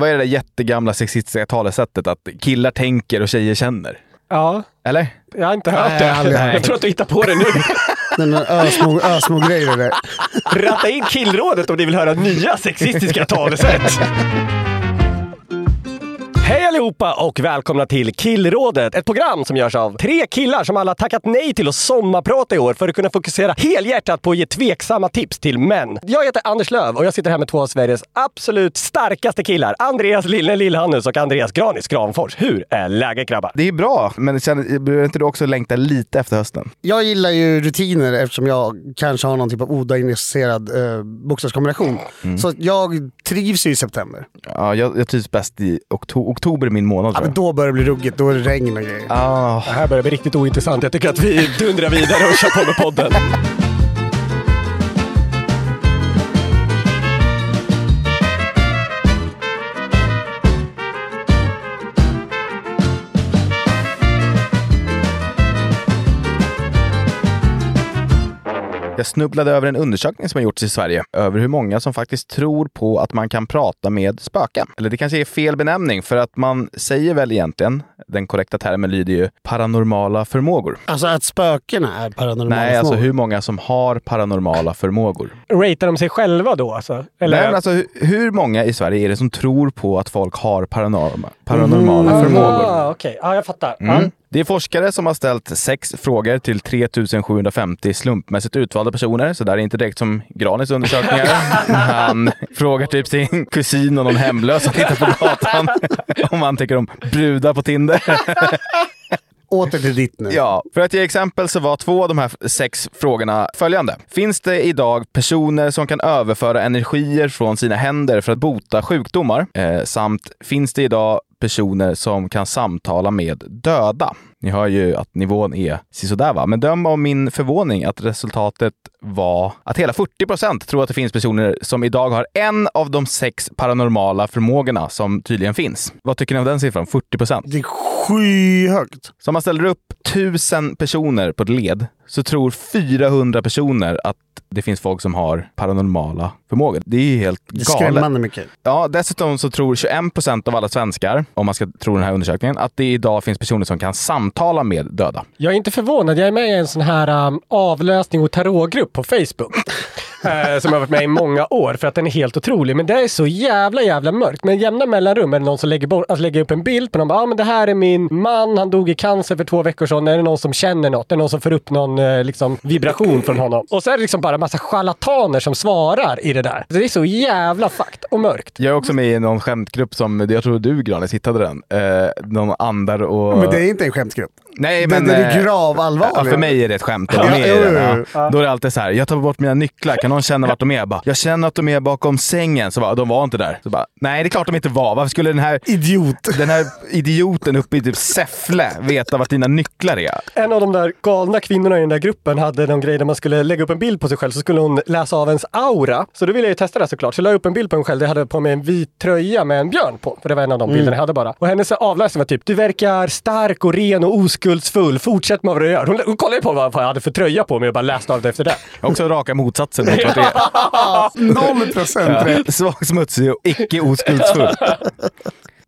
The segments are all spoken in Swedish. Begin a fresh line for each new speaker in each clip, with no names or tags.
Vad är det där jättegamla sexistiska talesättet att killar tänker och tjejer känner?
Ja,
Eller?
jag har inte hört
Nej,
det.
aldrig hört.
Jag tror att du hittar på det nu.
Den där ösmo, ösmo-grejen där.
Ratta in killrådet om ni vill höra nya sexistiska talesätt. Hej allihopa och välkomna till Killrådet, ett program som görs av tre killar som alla tackat nej till att sommarprata i år för att kunna fokusera helhjärtat på att ge tveksamma tips till män. Jag heter Anders Löv och jag sitter här med två av Sveriges absolut starkaste killar. Andreas Lille Lillhannus och Andreas Granis Granfors. Hur är läget grabbar?
Det är bra, men det känner- börjar inte du också längta lite efter hösten?
Jag gillar ju rutiner eftersom jag kanske har någon typ av odainiserad eh, bokstavskombination.
mm.
Så jag trivs ju i september.
Ja, jag, jag trivs bäst i okto- oktober, är min månad
Ja,
tror
men
jag.
då börjar det bli ruggigt, då är det regn och grejer.
Ah,
Det här börjar bli riktigt ointressant. Jag tycker att vi dundrar vidare och kör på med podden.
jag snubblade över en undersökning som har gjorts i Sverige över hur många som faktiskt tror på att man kan prata med spöken. Eller det kanske är fel benämning, för att man säger väl egentligen, den korrekta termen lyder ju paranormala förmågor.
Alltså att spökena är paranormala
Nej, alltså
frågor.
hur många som har paranormala förmågor.
Ratar de sig själva då alltså? Eller?
Nej, men alltså, hur, hur många i Sverige är det som tror på att folk har paranorma, paranormala förmågor?
Ah, Okej, ja, jag fattar. Ja.
Mm. Det är forskare som har ställt sex frågor till 3750 slumpmässigt utvalda personer, så där är det inte direkt som Granis undersökningar. Han frågar typ sin kusin och någon hemlös han hittar på gatan om han tycker om brudar på Tinder.
Åter till ditt nu.
Ja, för att ge exempel så var två av de här sex frågorna följande. Finns det idag personer som kan överföra energier från sina händer för att bota sjukdomar? Eh, samt finns det idag personer som kan samtala med döda? Ni hör ju att nivån är sisådär va? Men döm av min förvåning att resultatet var att hela 40 procent tror att det finns personer som idag har en av de sex paranormala förmågorna som tydligen finns. Vad tycker ni om den siffran? 40 procent?
Det är skyhögt.
Så om man ställer upp tusen personer på ett led så tror 400 personer att det finns folk som har paranormala förmågor. Det är ju helt
Det är
galet.
skrämmande mycket.
Ja, dessutom så tror 21 procent av alla svenskar, om man ska tro den här undersökningen, att det idag finns personer som kan samtala med döda.
Jag är inte förvånad. Jag är med i en sån här um, avlösning och tarotgrupp på Facebook. eh, som jag har varit med i många år för att den är helt otrolig. Men det är så jävla jävla mörkt. Men jämna mellanrum är det någon som lägger, bort, alltså lägger upp en bild på någon. Ja ah, men det här är min man, han dog i cancer för två veckor sedan. Är det någon som känner något? Är det någon som får upp någon eh, liksom, vibration från honom? Och så är det liksom bara massa charlataner som svarar i det där. Det är så jävla fakt och mörkt.
Jag är också med i någon skämtgrupp som, jag tror du Granis hittade den, eh, någon andar och...
Men det är inte en skämtgrupp.
Nej,
Den
men,
är
eh,
gravallvarlig.
Ja, för mig är det ett skämt. att De
Ja,
är i
jo,
den,
jo,
ja. Då är det alltid så här, jag tar bort mina nycklar, kan någon känna vart de är? Jag Bara, jag känner att de är bakom sängen. Så bara, de var inte där. Så bara, Nej, det är klart de inte var. Varför skulle den här,
Idiot.
den här idioten uppe i typ Säffle veta vart dina nycklar är?
En av de där galna kvinnorna i den där gruppen hade någon grej där man skulle lägga upp en bild på sig själv så skulle hon läsa av ens aura. Så då ville jag ju testa det här såklart. Så la jag upp en bild på mig själv. Jag hade på mig en vit tröja med en björn på. För det var en av de bilderna jag hade bara. Och hennes avläsning var typ, du verkar stark och ren och oskuldsfull. Fortsätt med vad du gör. Hon, hon kollade ju på vad jag hade för tröja på mig och bara läste av det efter det.
Också raka motsatsen mot vart det är.
Noll procent rätt.
Svag, smutsig och icke oskuldsfull.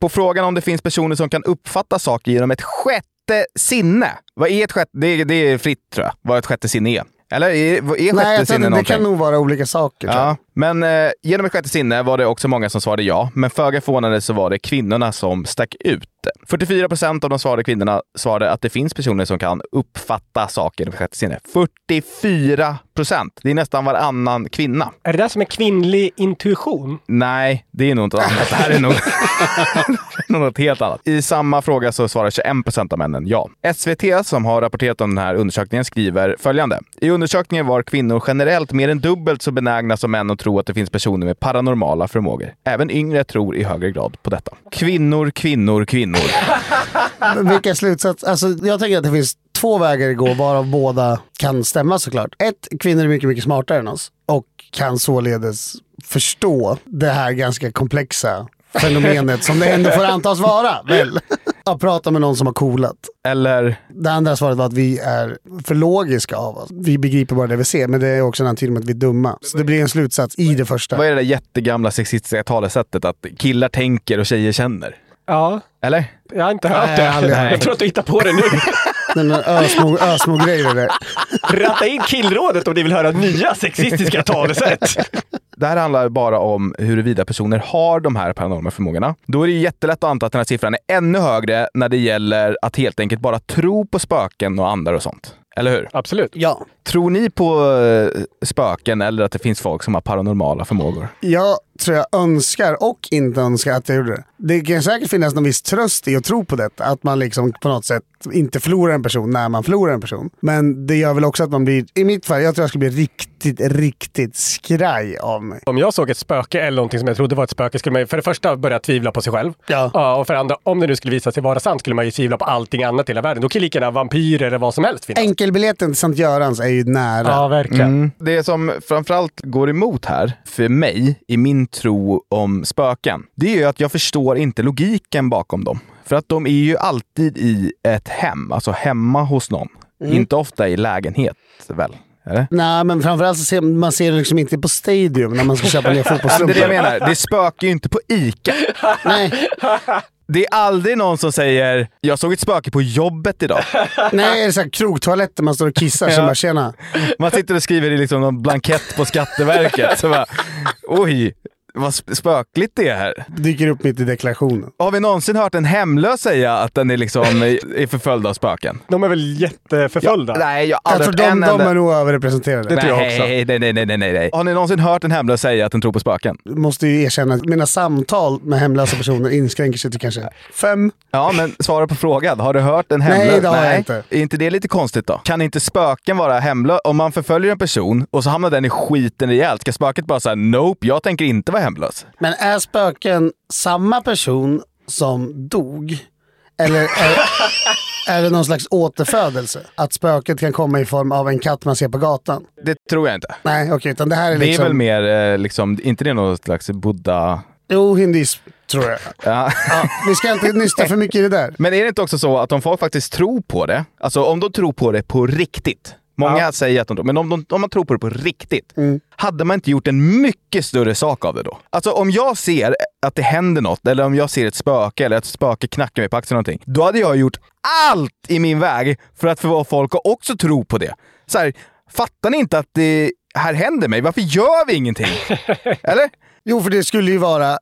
På frågan om det finns personer som kan uppfatta saker genom ett sjätte sinne. Vad är ett sjätte? Det är, det är fritt tror jag, vad ett sjätte sinne är. Eller är, är
Nej,
sjätte
jag tror
sinne
att det
någonting?
kan nog vara olika saker. tror jag.
Ja, men eh, genom ett sjätte sinne var det också många som svarade ja, men föga förvånande så var det kvinnorna som stack ut. 44 procent av de svarade kvinnorna svarade att det finns personer som kan uppfatta saker med sjätte sinne. 44 procent! Det är nästan varannan kvinna.
Är det där som är kvinnlig intuition?
Nej, det är nog inte annat. Det här är nog något helt annat. I samma fråga så svarar 21 procent av männen ja. SVT, som har rapporterat om den här undersökningen, skriver följande. I undersökningen var kvinnor generellt mer än dubbelt så benägna som män att tro att det finns personer med paranormala förmågor. Även yngre tror i högre grad på detta. Kvinnor, kvinnor, kvinnor.
Men Vilken slutsats? Alltså, jag tänker att det finns två vägar att gå, varav båda kan stämma såklart. Ett, kvinnor är mycket, mycket smartare än oss och kan således förstå det här ganska komplexa fenomenet som det ändå får antas vara, väl? Att prata med någon som har coolat.
Eller
Det andra svaret var att vi är för logiska av oss. Vi begriper bara det vi ser, men det är också en antydan om att vi är dumma. Så det blir en slutsats i det första.
vad är det där jättegamla sexistiska talesättet att killar tänker och tjejer känner?
Ja,
Eller?
jag har inte hört det.
jag har aldrig hört det.
Jag tror att du hittar på det nu.
Den där ösmo, ösmo-grejen där.
Ratta in killrådet om ni vill höra nya sexistiska talesätt.
Det här handlar bara om huruvida personer har de här paranorma förmågorna. Då är det ju jättelätt att anta att den här siffran är ännu högre när det gäller att helt enkelt bara tro på spöken och andar och sånt. Eller hur?
Absolut.
Ja,
Tror ni på eh, spöken eller att det finns folk som har paranormala förmågor?
Jag tror jag önskar och inte önskar att jag gjorde det. Det kan säkert finnas någon viss tröst i att tro på detta. Att man liksom på något sätt inte förlorar en person när man förlorar en person. Men det gör väl också att man blir, i mitt fall, jag tror jag skulle bli riktigt, riktigt skraj av mig.
Om jag såg ett spöke eller någonting som jag trodde var ett spöke skulle man ju för det första börja tvivla på sig själv.
Ja.
och för det andra, om det nu skulle visa sig vara sant skulle man ju tvivla på allting annat i hela världen. Då kan lika gärna vampyrer eller vad som helst finnas.
Enkelbiljetten till Sankt Görans är ju nära.
Ja, verkligen.
Det som framförallt går emot här, för mig, i min tro om spöken, det är ju att jag förstår inte logiken bakom dem. För att de är ju alltid i ett hem, alltså hemma hos någon. Inte ofta i lägenhet, väl? Eller?
Nej, men framförallt så ser man ser det liksom inte på Stadium när man ska köpa nya
Ja, men det är det jag
fotbollsstrumpor.
menar. Det spökar ju inte på ICA.
Nej,
Det är aldrig någon som säger “Jag såg ett spöke på jobbet idag”.
nej, det är så här krogtoaletter man står och kissar. Så
Ja.
bara, tjena.
Man sitter och skriver i liksom någon blankett på Skatteverket. Så bara, Oj, vad sp- spökligt det är här.
Dyker upp mitt i deklarationen.
Har vi någonsin hört en hemlös säga att den är, liksom, är förföljd av spöken?
De är väl jätteförföljda?
Nej, jag har
Jag
aldrig
tror
hört
de,
en
de
enda.
är nog överrepresenterade.
Nej, nej, nej, nej, nej, nej. Har ni någonsin hört en hemlös säga att den tror på spöken?
måste ju erkänna att mina samtal med hemlösa personer inskränker sig till kanske fem.
Ja, men svara på frågan. Har du hört en hemlös?
Nej, det har jag inte.
Är inte det lite konstigt då? Kan inte spöken vara hemlös? Om man förföljer en person och så hamnar den i skiten rejält, ska spöket bara säga “Nope, jag tänker inte vara hemlös”?
Men är spöken samma person som dog? Eller är, är det någon slags återfödelse? Att spöket kan komma i form av en katt man ser på gatan?
Det tror jag inte.
Nej, okej, utan det här är
Det är
liksom...
väl mer, eh, liksom, inte det något slags buddha...
Jo, hinduism tror jag.
Ja.
Ja, vi ska inte nysta för mycket i det där.
Men är det inte också så att om folk faktiskt tror på det, alltså om de tror på det på riktigt, många säger att de tror, men om, de, om man tror på det på riktigt, hade man inte gjort en mycket större sak av det då? Alltså om jag ser att det händer något, eller om jag ser ett spöke, eller att ett spöke knackar mig på axeln eller någonting, då hade jag gjort allt i min väg för att få folk att också tro på det. Så här, fattar ni inte att det här händer mig? Varför gör vi ingenting? Eller?
Jo, för det skulle ju vara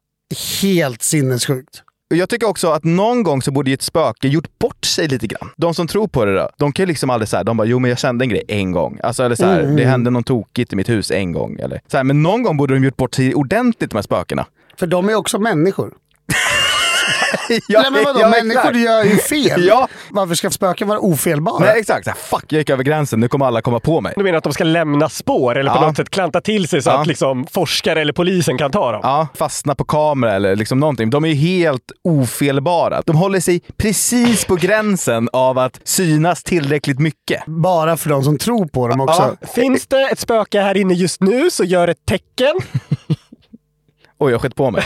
helt sinnessjukt.
Och Jag tycker också att någon gång så borde ju ett spöke gjort bort sig lite grann. De som tror på det då, de kan ju liksom aldrig säga, de bara “jo men jag kände en grej en gång”. Alltså eller så här,
Mm.
“det hände något tokigt i mitt hus en gång”. Eller, så här, men någon gång borde de gjort bort sig ordentligt de här spökena.
För de är också människor.
Ja,
Nej, men vadå?
ja,
Människor
exakt.
gör ju fel.
Ja.
Varför ska spöken vara ofelbara?
Nej exakt, så här, “fuck, jag gick över gränsen, nu kommer alla komma på mig”.
Du menar att de ska lämna spår eller på
Ja.
något sätt klanta till sig så
Ja.
att liksom forskare eller polisen kan ta dem?
Ja, fastna på kamera eller liksom någonting. De är ju helt ofelbara. De håller sig precis på gränsen av att synas tillräckligt mycket.
Bara för de som tror på dem också.
Ja.
Finns det ett spöke här inne just nu så gör ett tecken.
Oj, jag skett på mig.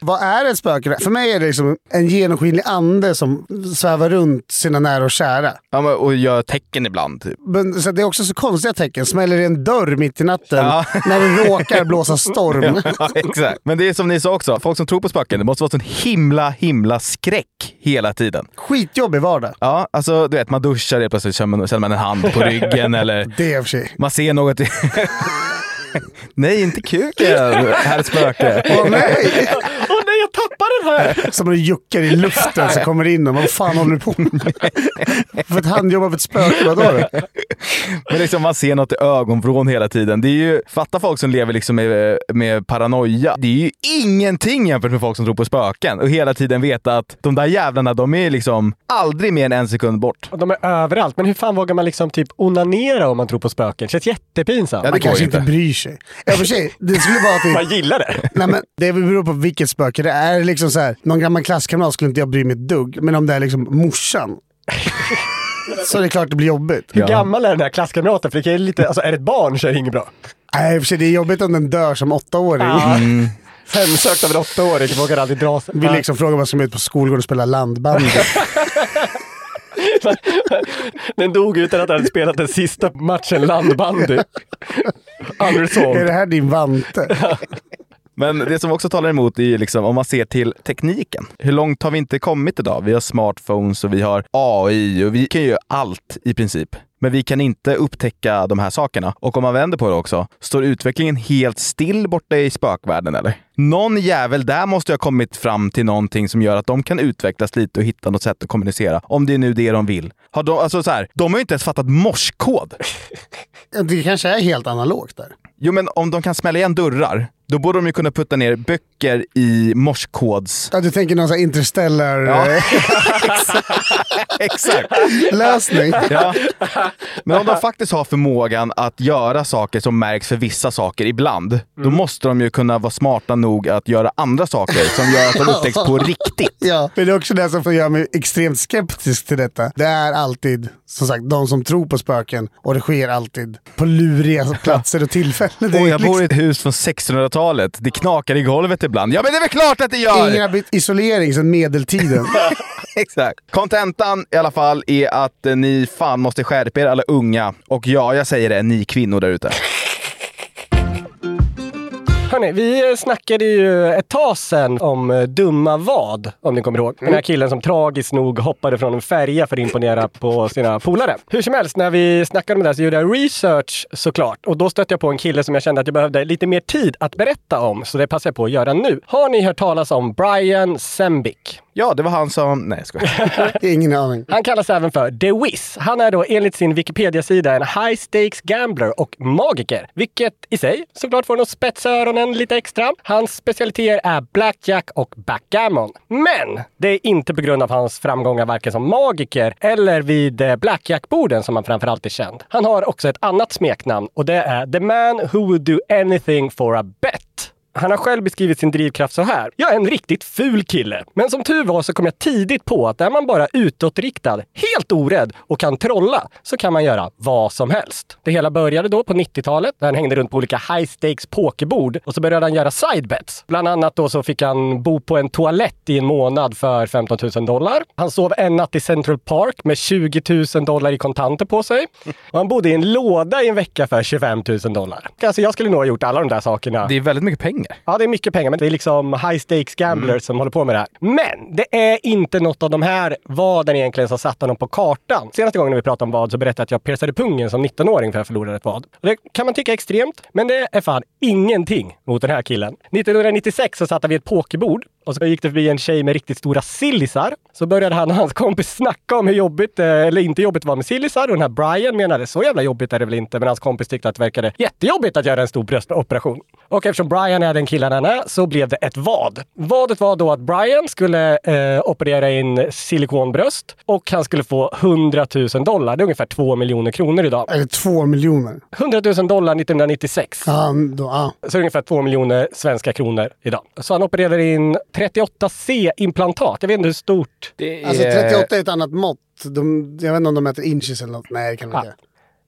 Vad är ett spöke? För mig är det liksom en genomskinlig ande som svävar runt sina nära och kära.
Ja, men, och gör tecken ibland. Typ.
Men, så det är också så konstiga tecken. Smäller det en dörr mitt i natten
Ja.
när det råkar blåsa storm.
Ja, exakt. Men det är som ni sa också, folk som tror på spöken, det måste vara sån himla, himla skräck hela tiden.
Skitjobbig vardag.
Ja, alltså du vet, man duschar helt plötsligt känner man, känner man en hand på ryggen eller
Det är i och för sig.
man ser något i... Nej, inte kuken! Herr spöke.
Åh nej!
Åh nej, jag tappar den här!
Som när du juckar i luften så kommer det in och vad fan håller du på med? För ett handjobb av ett spöke, vadå? då?
Men liksom man ser något i ögonvrån hela tiden. Det är ju, fatta folk som lever liksom med, med paranoia. Det är ju ingenting jämfört med folk som tror på spöken och hela tiden veta att de där jävlarna, de är liksom aldrig mer än en sekund bort.
Och de är överallt. Men hur fan vågar man liksom typ onanera om man tror på spöken? Det känns jättepinsamt.
Ja, det
Man
går ju
kanske inte
inte.
bryr sig. I och för sig, det skulle vara att det-
Man gillar det.
Nej men det beror på vilket spöke det är. Är det liksom så här, någon gammal klasskamrat skulle inte jag bry mig ett dugg. Men om det är liksom morsan. så är det klart det blir jobbigt.
Hur gammal är den här klasskamraten? För det kan ju lite, alltså är det ett barn så är det inget bra.
Nej i och för sig, det är jobbigt om den dör som åttaåring.
Hemsökt av en åttaåring, vågar liksom, aldrig dra sig.
Vill Mm. liksom fråga vad som är ut på skolgården och spela landbandy.
Den dog utan att ha spelat den sista matchen landbandy.
är
Unresolved.
det här din vante?
Men det som också talar emot är ju liksom om man ser till tekniken. Hur långt har vi inte kommit idag? Vi har smartphones och vi har AI och vi kan ju göra allt i princip. Men vi kan inte upptäcka de här sakerna. Och om man vänder på det också, står utvecklingen helt still borta i spökvärlden eller? Någon jävel där måste ju ha kommit fram till någonting som gör att de kan utvecklas lite och hitta något sätt att kommunicera. Om det är nu det de vill. Har de, alltså så här, de har ju inte ens fattat morskod.
Det kanske är helt analogt där.
Jo, men om de kan smälla igen dörrar, då borde de ju kunna putta ner böcker i morskods...
Ja, du tänker någon sån här interstellar eh,
Exakt!
lösning.
Ja. Men om de faktiskt har förmågan att göra saker som märks för vissa saker ibland,
Mm.
då måste de ju kunna vara smarta nog att göra andra saker som gör att de upptäcks på riktigt.
Ja. Men det är också det som får göra mig extremt skeptisk till detta. Det är alltid, som sagt, de som tror på spöken och det sker alltid på luriga platser och tillfällen. Det är
Och jag bor
liksom-
i ett hus från 1600-talet. Det knakar i golvet ibland. Ja, men det är väl klart att det gör!
liksom Ingen har bytt isolering sedan medeltiden.
Exakt. Kontentan i alla fall är att eh, ni fan måste skärpa er alla unga. Och ja, jag säger det, ni kvinnor där ute.
Hörni, vi snackade ju ett tag sedan om eh, Dumma vad, om ni kommer ihåg. Den här killen som tragiskt nog hoppade från en färja för att imponera på sina polare. Hur som helst, när vi snackade om det här så gjorde jag research såklart. Och då stötte jag på en kille som jag kände att jag behövde lite mer tid att berätta om. Så det passar jag på att göra nu. Har ni hört talas om Brian Sembik?
Ja, det var han som... Nej, jag skojar.
Ingen aning.
Han kallas även för The Wiz. Han är då enligt sin Wikipedia-sida en high stakes gambler och magiker, vilket i sig såklart får en att spetsa öronen lite extra. Hans specialiteter är blackjack och backgammon. Men det är inte på grund av hans framgångar varken som magiker eller vid eh, blackjackborden som han framförallt är känd. Han har också ett annat smeknamn och det är The Man Who Would Do Anything For A Bet. Han har själv beskrivit sin drivkraft så här. Jag är en riktigt ful kille. Men som tur var så kom jag tidigt på att är man bara utåtriktad, helt orädd och kan trolla så kan man göra vad som helst. Det hela började då på 90-talet där han hängde runt på olika high stakes pokerbord och så började han göra side bets. Bland annat då så fick han bo på en toalett i en månad för 15 000 dollar. Han sov en natt i Central Park med 20 000 dollar i kontanter på sig. Och han bodde i en låda i en vecka för 25 000 dollar. Alltså jag skulle nog ha gjort alla de där sakerna.
Det är väldigt mycket pengar.
Ja, det är mycket pengar, men det är liksom high stakes gamblers som håller på med det här. Men det är inte något av de här vaden egentligen som satte honom på kartan. Senaste gången när vi pratade om vad så berättade jag att jag piercade pungen som 19-åring för att jag förlorade ett vad. Och Det kan man tycka är extremt, men det är fan ingenting mot den här killen. 1996 så satt han vid ett pokerbord och så gick det förbi en tjej med riktigt stora sillisar. Så började han och hans kompis snacka om hur jobbigt, eh, eller inte jobbigt det var med sillisar. Och den här Brian menade, så jävla jobbigt är det väl inte. Men hans kompis tyckte att det verkade jättejobbigt att göra en stor bröstoperation. Och eftersom Brian är den killen han är så blev det ett vad. Vadet var då att Brian skulle eh, operera in silikonbröst och han skulle få 100 000 dollar. Det är ungefär 2 miljoner kronor idag.
Eller två miljoner.
100 000 dollar 1996.
Han, då, ah.
Så ungefär 2 miljoner svenska kronor idag. Så han opererade in 38C-implantat. Jag vet inte hur stort
Alltså 38 är ett annat mått. De, jag vet inte om de mäter inches eller något. Nej, det kan de
Ah.
inte.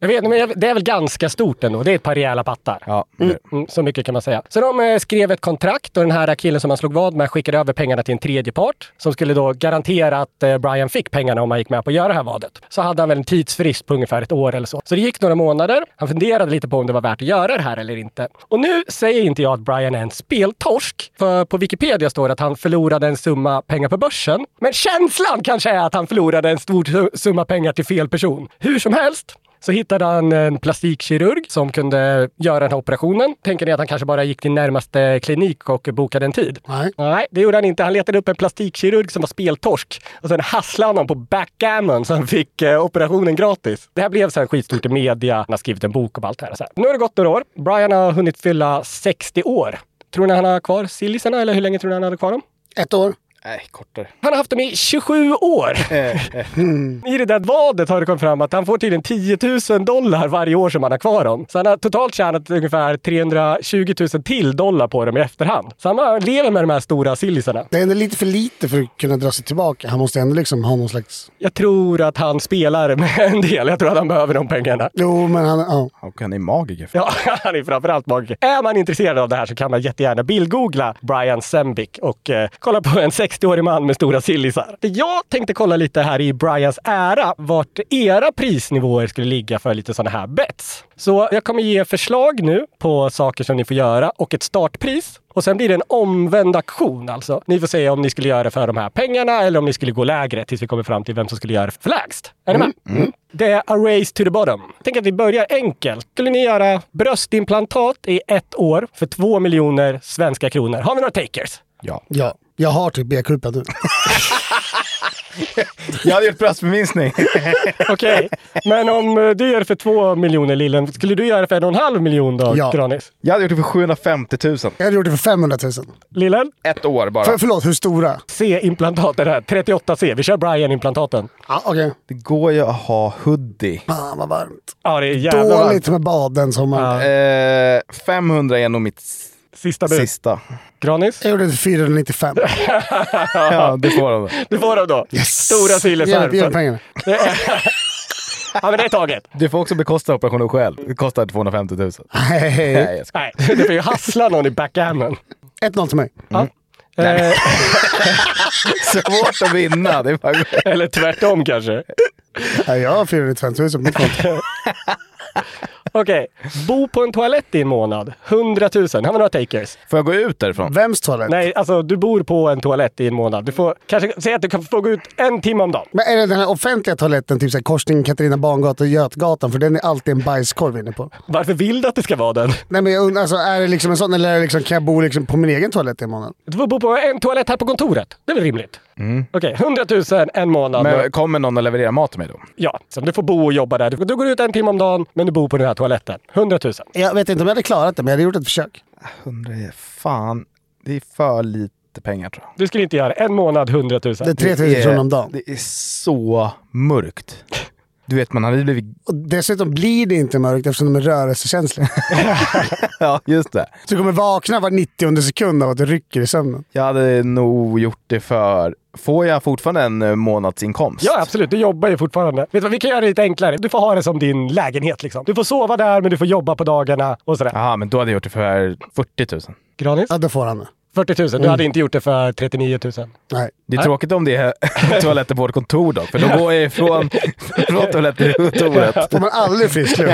Jag vet, men jag- det är väl ganska stort ändå. Det är ett par rejäla pattar.
Ja.
Mm, så mycket kan man säga. Så de eh, skrev ett kontrakt och den här killen som han slog vad med skickade över pengarna till en tredje part som skulle då garantera att eh, Brian fick pengarna om han gick med på att göra det här vadet. Så hade han väl en tidsfrist på ungefär ett år eller så. Så det gick några månader. Han funderade lite på om det var värt att göra det här eller inte. Och nu säger inte jag att Brian är en speltorsk, för på Wikipedia står det att han förlorade en summa pengar på börsen. Men känslan kanske är att han förlorade en stor su- summa pengar till fel person. Hur som helst, så hittade han en plastikkirurg som kunde göra den här operationen. Tänker ni att han kanske bara gick till närmaste klinik och bokade en tid?
Nej.
Nej, det gjorde han inte. Han letade upp en plastikkirurg som var speltorsk och sen hasslade han honom på backgammon så han fick eh, operationen gratis. Det här blev sen skitstort i media. Han har skrivit en bok om allt det här. Så här. Nu har det gått några år. Brian har hunnit fylla 60 år. Tror ni han har kvar sillisarna eller hur länge tror ni han hade kvar dem?
Ett år.
Nej, kortare.
Han har haft dem i 27 år. I det där vadet har det kommit fram att han får tydligen 10 000 dollar varje år som han har kvar dem. Så han har totalt tjänat ungefär 320 000 till dollar på dem i efterhand. Så han bara lever med de här stora sillisarna.
Det är ändå lite för lite för att kunna dra sig tillbaka. Han måste ändå liksom ha någon slags...
Jag tror att han spelar med en del. Jag tror att han behöver de pengarna.
Jo, men han... Ja.
Och han är magiker.
Ja, han är framförallt magiker. Är man intresserad av det här så kan man jättegärna bildgoogla Brian Sembic och eh, kolla på en 60-årig man med stora sillisar. Det Jag tänkte kolla lite här i Brians ära vart era prisnivåer skulle ligga för lite sådana här bets. Så jag kommer ge förslag nu på saker som ni får göra och ett startpris. Och sen blir det en omvänd aktion alltså. Ni får säga om ni skulle göra det för de här pengarna eller om ni skulle gå lägre tills vi kommer fram till vem som skulle göra det för lägst. Är ni med? Det är a race to the bottom. Tänk att vi börjar enkelt. Skulle ni göra bröstimplantat i ett år för två miljoner svenska kronor? Har vi några takers?
Ja.
ja. Jag har typ B-kupa nu.
Jag hade gjort bröstbeminskning.
Okej, men om eh, du gör det för två miljoner lillen, skulle du göra det för en och en halv miljon då,
Ja.
Granis?
Jag hade gjort det för 750 000.
Jag hade gjort det för 500 000.
Lillen,
Ett år bara.
För, förlåt, hur stora?
C-implantat är det här. 38C. Vi kör Brian-implantaten.
Ja, Okej.
Det går ju att ha hoodie.
Fan vad varmt.
Ja, det är jävla varmt.
Dåligt med bad den sommaren.
Eh, 500 är nog mitt s-
Sista bud.
sista.
Granis?
Jag gjorde det för 495.
Ja, det får han.
Du får dem då. Stora sillisar.
Ge- Ge mig pengarna.
Det är- ja, men det är taget.
Du får också bekosta operationen själv. Det kostar 250 000.
Nej,
Nej, jag ska.
Nej, du får ju hassla någon i backgammon.
1-0 till mig.
Eh,
Svårt att vinna. Det är bara...
eller tvärtom kanske.
Nej, Jag har 495 000 på mitt konto.
Okej, bo på en toalett i en månad. 100 000. Har vi några takers?
Får jag gå ut därifrån?
Vems toalett?
Nej, alltså du bor på en toalett i en månad. Du får kanske säga att du kan få gå ut en timme om dagen.
Men är det den här offentliga toaletten, typ så här korsningen Katarina Barngatan och Götgatan? För den är alltid en bajskorv inne på.
Varför vill du att det ska vara den?
Nej men jag undrar, alltså, är det liksom en sån eller är det liksom, kan jag bo liksom på min egen toalett i månaden?
Du får bo på en toalett här på kontoret. Det är väl rimligt? Okej, 100 000 en månad.
Men kommer någon att leverera mat till mig då?
Ja, så du får bo och jobba där. Du, du går ut en timme om dagen, men du bor på den här toaletten. 100 000.
Jag vet inte om jag hade klarat det, men jag hade gjort ett försök.
100 är fan. Det är för lite pengar tror jag.
Du skulle inte göra det. en månad 100 000.
Det är 3000 kronor om dagen.
Eh, Det är så mörkt. Du vet, man hade blivit...
Och dessutom blir det inte mörkt eftersom de är rörelsekänsliga.
Ja, just det.
Så du kommer vakna var 90 sekund av att du rycker i sömnen.
Jag hade nog gjort det för... Får jag fortfarande en eh, månadsinkomst?
Ja, absolut. Du jobbar ju fortfarande. Vet du vad, vi kan göra det lite enklare. Du får ha det som din lägenhet liksom. Du får sova där, men du får jobba på dagarna och sådär.
Jaha, men då hade jag gjort det för 40 000.
Granis?
Ja, det får han nu.
40 000. Du
Mm.
hade inte gjort det för 39 000.
Nej.
Det är tråkigt om det är toaletter på vårt kontor dock, för då går jag ifrån från toaletten till kontoret.
Får man aldrig frisk luft?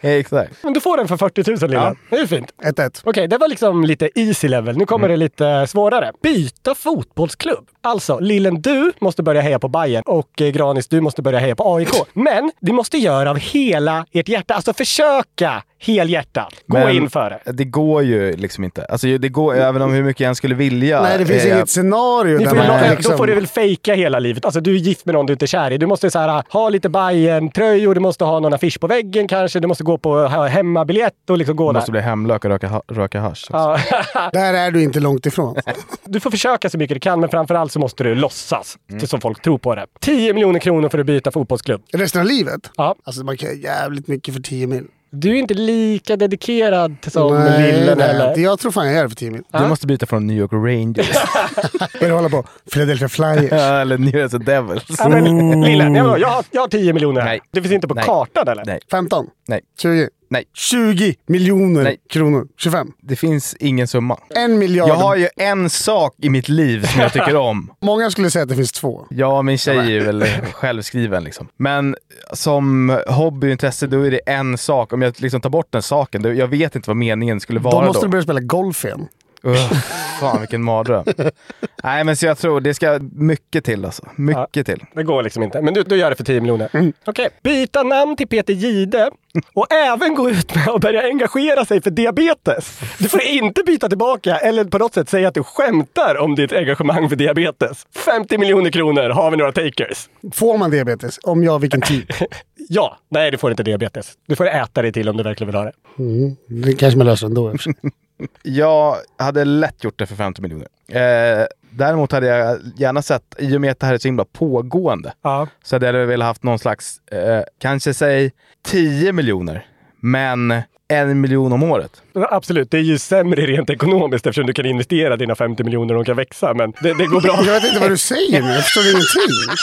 Exakt.
Men du får den för 40 000 lilla. Det är ju fint.
1-1.
Okej, det var liksom lite easy level. Nu kommer
Mm.
det lite svårare. Byta fotbollsklubb. Alltså, Lillen, du måste börja heja på Bayern och eh, Granis, du måste börja heja på AIK. Men du måste göra av hela ert hjärta. Alltså försöka helhjärtat. Gå
Men
in för det.
Det går ju liksom inte. Alltså, det går, även om hur mycket jag än skulle vilja.
Nej, det finns
eh,
inget scenario
Ni
där
får
man liksom-
väl,
kan
liksom-
Då får du väl fejka hela livet. Alltså du är gift med någon du inte är kär i. Du måste så här, ah, ha lite bayern tröjor du måste ha någon affisch på väggen kanske, du måste gå på ha hemmabiljett och liksom gå
Jag måste
där.
bli hemlök och röka, ha- röka hasch. också.
Ja,
Där är du inte långt ifrån.
du får försöka så mycket du kan, men framförallt så måste du låtsas mm. så folk tror på det. 10 miljoner kronor för att byta fotbollsklubb.
Resten av livet?
Ja.
Alltså man kan göra jävligt mycket för 10 mil.
Du är inte lika dedikerad som
nej,
lillen
nej.
heller.
Jag tror fan jag gör det för Timmy.
Du måste byta från New York Rangers
Börjar hålla på. Philadelphia Flyers.
eller New York Devils.
Ja, men, lillen, jag, bara, jag, har, jag har 10 miljoner.
Nej.
Det finns inte på
Nej.
kartan eller?
Nej.
15.
Nej.
20.
Nej.
20 miljoner
Nej.
kronor. 25.
Det finns ingen summa.
En miljard.
Jag har ju en sak i mitt liv som jag tycker om.
Många skulle säga att det finns två.
Ja, min tjej är ju väl självskriven liksom. Men som hobby och intresse, då är det en sak. Om jag liksom tar bort den saken, då, jag vet inte vad meningen skulle
Då
vara
måste
då.
du börja spela golf igen.
Ugh, fan vilken mardröm. Nej, men så jag tror det ska mycket till alltså. Mycket till.
Det går liksom inte. Men du, du gör det för 10 miljoner. Okej. Byta namn till Peter Gide och även gå ut med att börja engagera sig för diabetes. Du får inte byta tillbaka eller på något sätt säga att du skämtar om ditt engagemang för diabetes. 50 miljoner kronor. Har vi några takers?
Får man diabetes? Om ja, vilken typ?
Ja. Nej, du får inte diabetes. Du får äta dig till om du verkligen vill ha det.
Det kanske man löser ändå. i och för sig.
Jag hade lätt gjort det för 50 miljoner. Eh, däremot hade jag gärna sett, i och med att det här är så himla pågående,
Ja.
så hade jag velat haft någon slags, eh, kanske säg 10 miljoner, men en miljon om året.
Absolut, det är ju sämre rent ekonomiskt eftersom du kan investera dina 50 miljoner och de kan växa. Men det, det går bra.
Jag vet inte vad du säger nu. Jag förstår ingenting.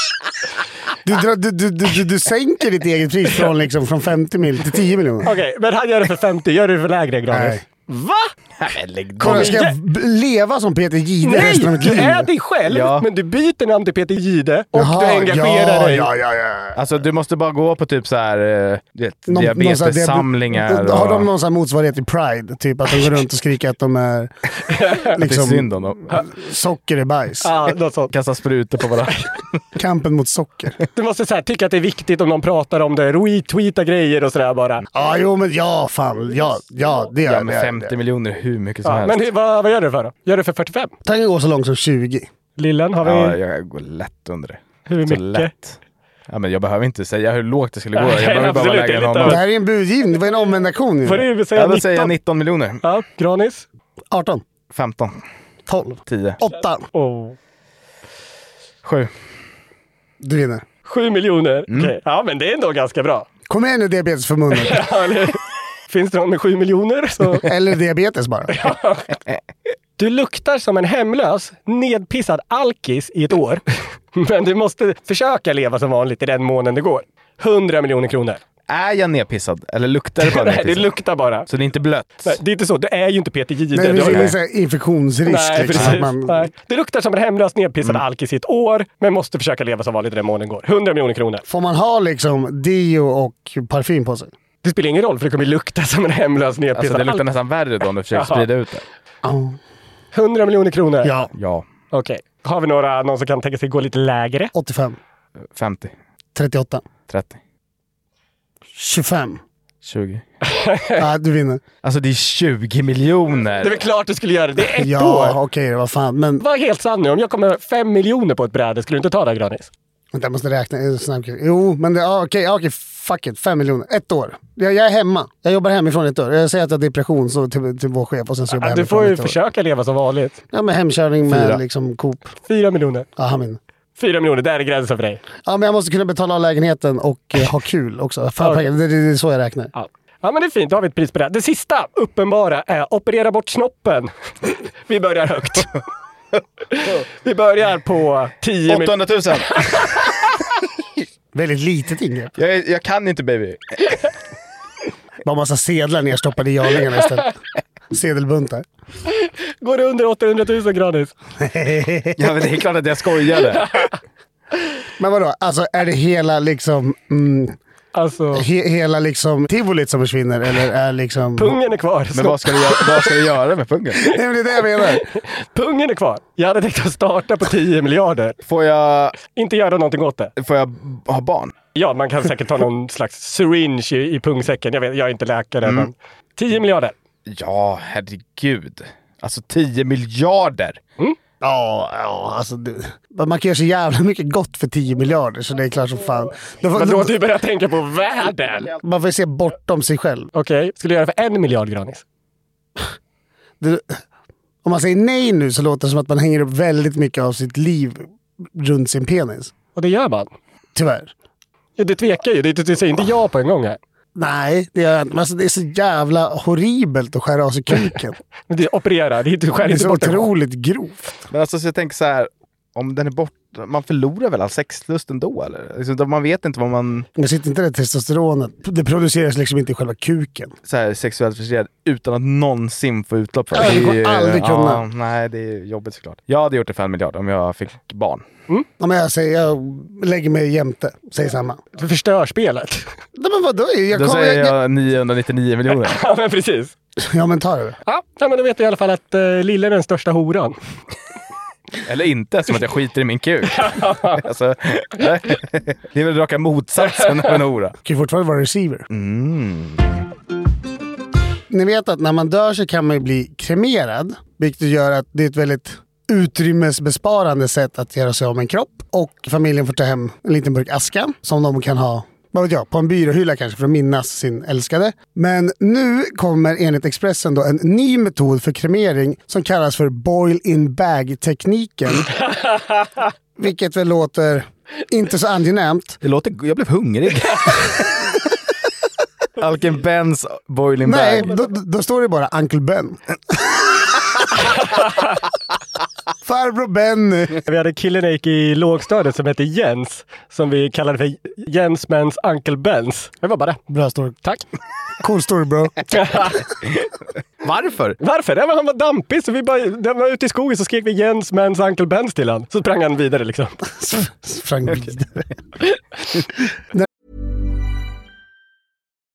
Du, drar- du, du, du, du, du sänker ditt eget pris från, liksom, från 50 mil till 10 miljoner.
Okej, men han gör det för 50. Gör du det för lägre, Granis?
Nej.
Va?
Nej, lägg
Kolla,
av.
ska jag b- leva som Peter Jihde
Nej!
resten av mitt
Du
liv?
är dig själv,
Ja.
men du byter namn till Peter Gide och
Jaha,
du engagerar
ja,
dig.
Ja, ja, ja.
Alltså du måste bara gå på typ så här, eh, du vet,
Någon- någon sån här diabe-
diabetessamlingar. och-
Har de någon sån här motsvarighet till Pride? Typ att de går runt och skriker att de är...
Det är synd
Liksom,
om dem.
socker är bajs.
Ja, något sånt.
Kasta sprutor på varandra.
Kampen mot socker.
Du måste så här, tycka att det är viktigt om någon pratar om det, retweeta grejer och sådär bara.
Ja, jo men ja, fan. Ja, ja det gör
Ja,
jag.
men 50 miljoner är hur mycket som
Ja,
helst.
men hur- vad, vad gör du för då? Gör du för 45?
Tanken går så långt som 20.
Lillen, har vi...
Ja, jag går lätt under det.
Hur
Så
mycket?
lätt. Ja, men jag behöver inte säga hur lågt det skulle gå.
Nej,
Jag behöver bara vara
absolut,
lägre än
det är lite
honom.
Det här är en budgivning. Det var en omvänd aktion
Får
ju.
du säga
Jag vill säga
19?
19 miljoner.
Ja, Granis?
18,
15.
12,
10.
8.
Oh.
7.
Du vinner.
7 miljoner. Okej. Ja, men det är ändå ganska bra.
Kom igen nu diabetesförbundet.
Ja, eller- Finns det någon med 7 miljoner så...
Eller diabetes bara.
Du luktar som en hemlös, nedpissad alkis i ett år. Men du måste försöka leva som vanligt i den månen det går. 100 miljoner kronor.
Är jag nedpissad? Eller luktar det bara
Nej, det
nedpissad?
luktar bara.
Så det är inte blött?
Nej, det är inte så. Du är ju inte Peter Jihde.
Nej,
Du
det
har-
finns ingen sån här infektionsrisk.
Nej,
liksom, att
precis.
man,
Nej. Du luktar som en hemlös, nedpissad alkis i ett år, men måste försöka leva som vanligt i den månen det går. 100 miljoner kronor.
Får man ha liksom deo och parfym på sig?
Det spelar ingen roll, för du kommer lukta som en hemlös,
Alltså
nedpissad
det luktar
alkis.
nästan värre då om du försöker
Jaha.
sprida ut det.
100 miljoner kronor.
Ja.
Ja.
Okej. Har vi några, någon som kan tänka sig gå lite lägre?
85,
50.
38,
30.
25.
20.
Ja, du vinner.
Alltså det är 20
Det är väl
miljoner!
klart du skulle göra det. Det är ett
Ja,
år.
okej, det var fan. Men
Var helt sann nu. Om jag kommer fem miljoner på ett bräde, skulle du inte ta det Granis?
vänta, jag måste räkna. Är det snabb- Jo, men det, ja, okej, ja, okej, fuck it. Fem miljoner. Ett år. Jag, jag är hemma. Jag jobbar hemifrån ett år. Jag säger att jag har depression så till, till vår chef och sen så jobbar jag
Du
hemifrån
får ju
ett år.
försöka leva som vanligt.
Ja, med hemkörning med
Fyra.
liksom Coop.
Fyra miljoner.
Ja, han vinner.
Fyra miljoner, där är gränsen för dig.
Ja, men jag måste kunna betala av lägenheten och eh, ha kul också. För
Okej.
pengar. det, det, det är så jag räknar.
Ja. ja, men det är fint. Då har vi ett pris på det. här. Det sista uppenbara är operera bort snoppen. vi börjar högt. vi börjar på 10 miljoner.
800 000!
Väldigt litet ingrepp.
Jag, är- jag kan inte baby.
Bara massa sedlar nerstoppade i jarlingarna istället. Sedelbuntar.
Går det under 800 000 Granis?
Ja, men det är klart att jag skojade.
Men vadå, alltså är det hela liksom... Mm,
Alltså,
he, hela liksom tivolit som försvinner eller är liksom...
pungen är kvar.
Men vad ska du, göra- vad ska du göra med pungen?
Nej, men det är det jag menar.
Pungen är kvar. Jag hade tänkt att starta på 10 miljarder.
Får jag,
Inte göra någonting åt det.
får jag ha barn?
Ja, man kan säkert ta någon slags syringe i, i pungsäcken. Jag, vet, jag är inte läkare, men 10 miljarder.
Ja, herregud. Alltså 10 miljarder!
Ja, ja, alltså du. Men Man kan göra så jävla mycket gott för 10 miljarder så det är klart som fan. Då får,
Men då
då,
har du börjat tänka på världen.
man får ju se bortom sig själv.
Okej, skulle du göra för en miljard Granis?
Det, om man säger nej nu så låter det som att man hänger upp väldigt mycket av sitt liv runt sin penis.
Och det gör man.
Tyvärr.
Ja, du tvekar ju. Du, du, du säger inte ja på en gång här.
Nej, det gör jag inte. Men Alltså, det är så jävla horribelt att skära av sig kuken.
Men Du opererar, det är inte- du skär
Det är
inte
så
bort den.
otroligt grovt.
Men alltså, så jag tänker så här, om den är borta, man förlorar väl all sexlust ändå eller? Liksom, man vet inte vad man,
Men sitter inte det testosteronet? Det produceras liksom inte i själva kuken.
så här, sexuellt frustrerad utan att någonsin få utlopp för
Ja, det
är
går
ju-
aldrig
Ja,
kunna.
nej, det är jobbigt såklart. Jag hade gjort det för en miljard om jag fick barn.
Ja, men jag, säger, jag lägger mig jämte. Säger samma.
Du förstör spelet.
Nej, men vadå? Jag
Då
kommer,
säger
jag, jag,
jag 999 miljoner.
ja, men precis.
ja, men ta det.
Ja, nej, men då vet vi i alla fall att eh, Lille är den största horan.
Eller inte, som att jag skiter i min kuk. alltså, det är väl raka motsatsen av en hora.
Kan ju fortfarande vara receiver. Mm. Ni vet att när man dör så kan man ju bli kremerad. Vilket gör att det är ett väldigt utrymmesbesparande sätt att göra sig av med en kropp. Och familjen får ta hem en liten burk aska som de kan ha vad vet jag, på en byråhylla kanske för att minnas sin älskade. Men nu kommer enligt Expressen då en ny metod för kremering som kallas för boil-in-bag-tekniken. vilket väl låter inte så angenämt.
Det låter... Jag blev hungrig. Alken Bens boiling
Nej,
bag.
då, då står det bara Uncle Ben. Farbror Benny.
Vi hade en kille när jag gick i lågstadiet som hette Jens, som vi kallade för Jens Mens Uncle Bens. Det var bara det.
Bra story.
Tack.
Cool story bro.
Varför?
Varför? Nej, men han var dampig, så vi bara, när han var ute i skogen så skrek vi Jens Mens Uncle Bens till han. Så sprang han vidare liksom.
Sprang vidare.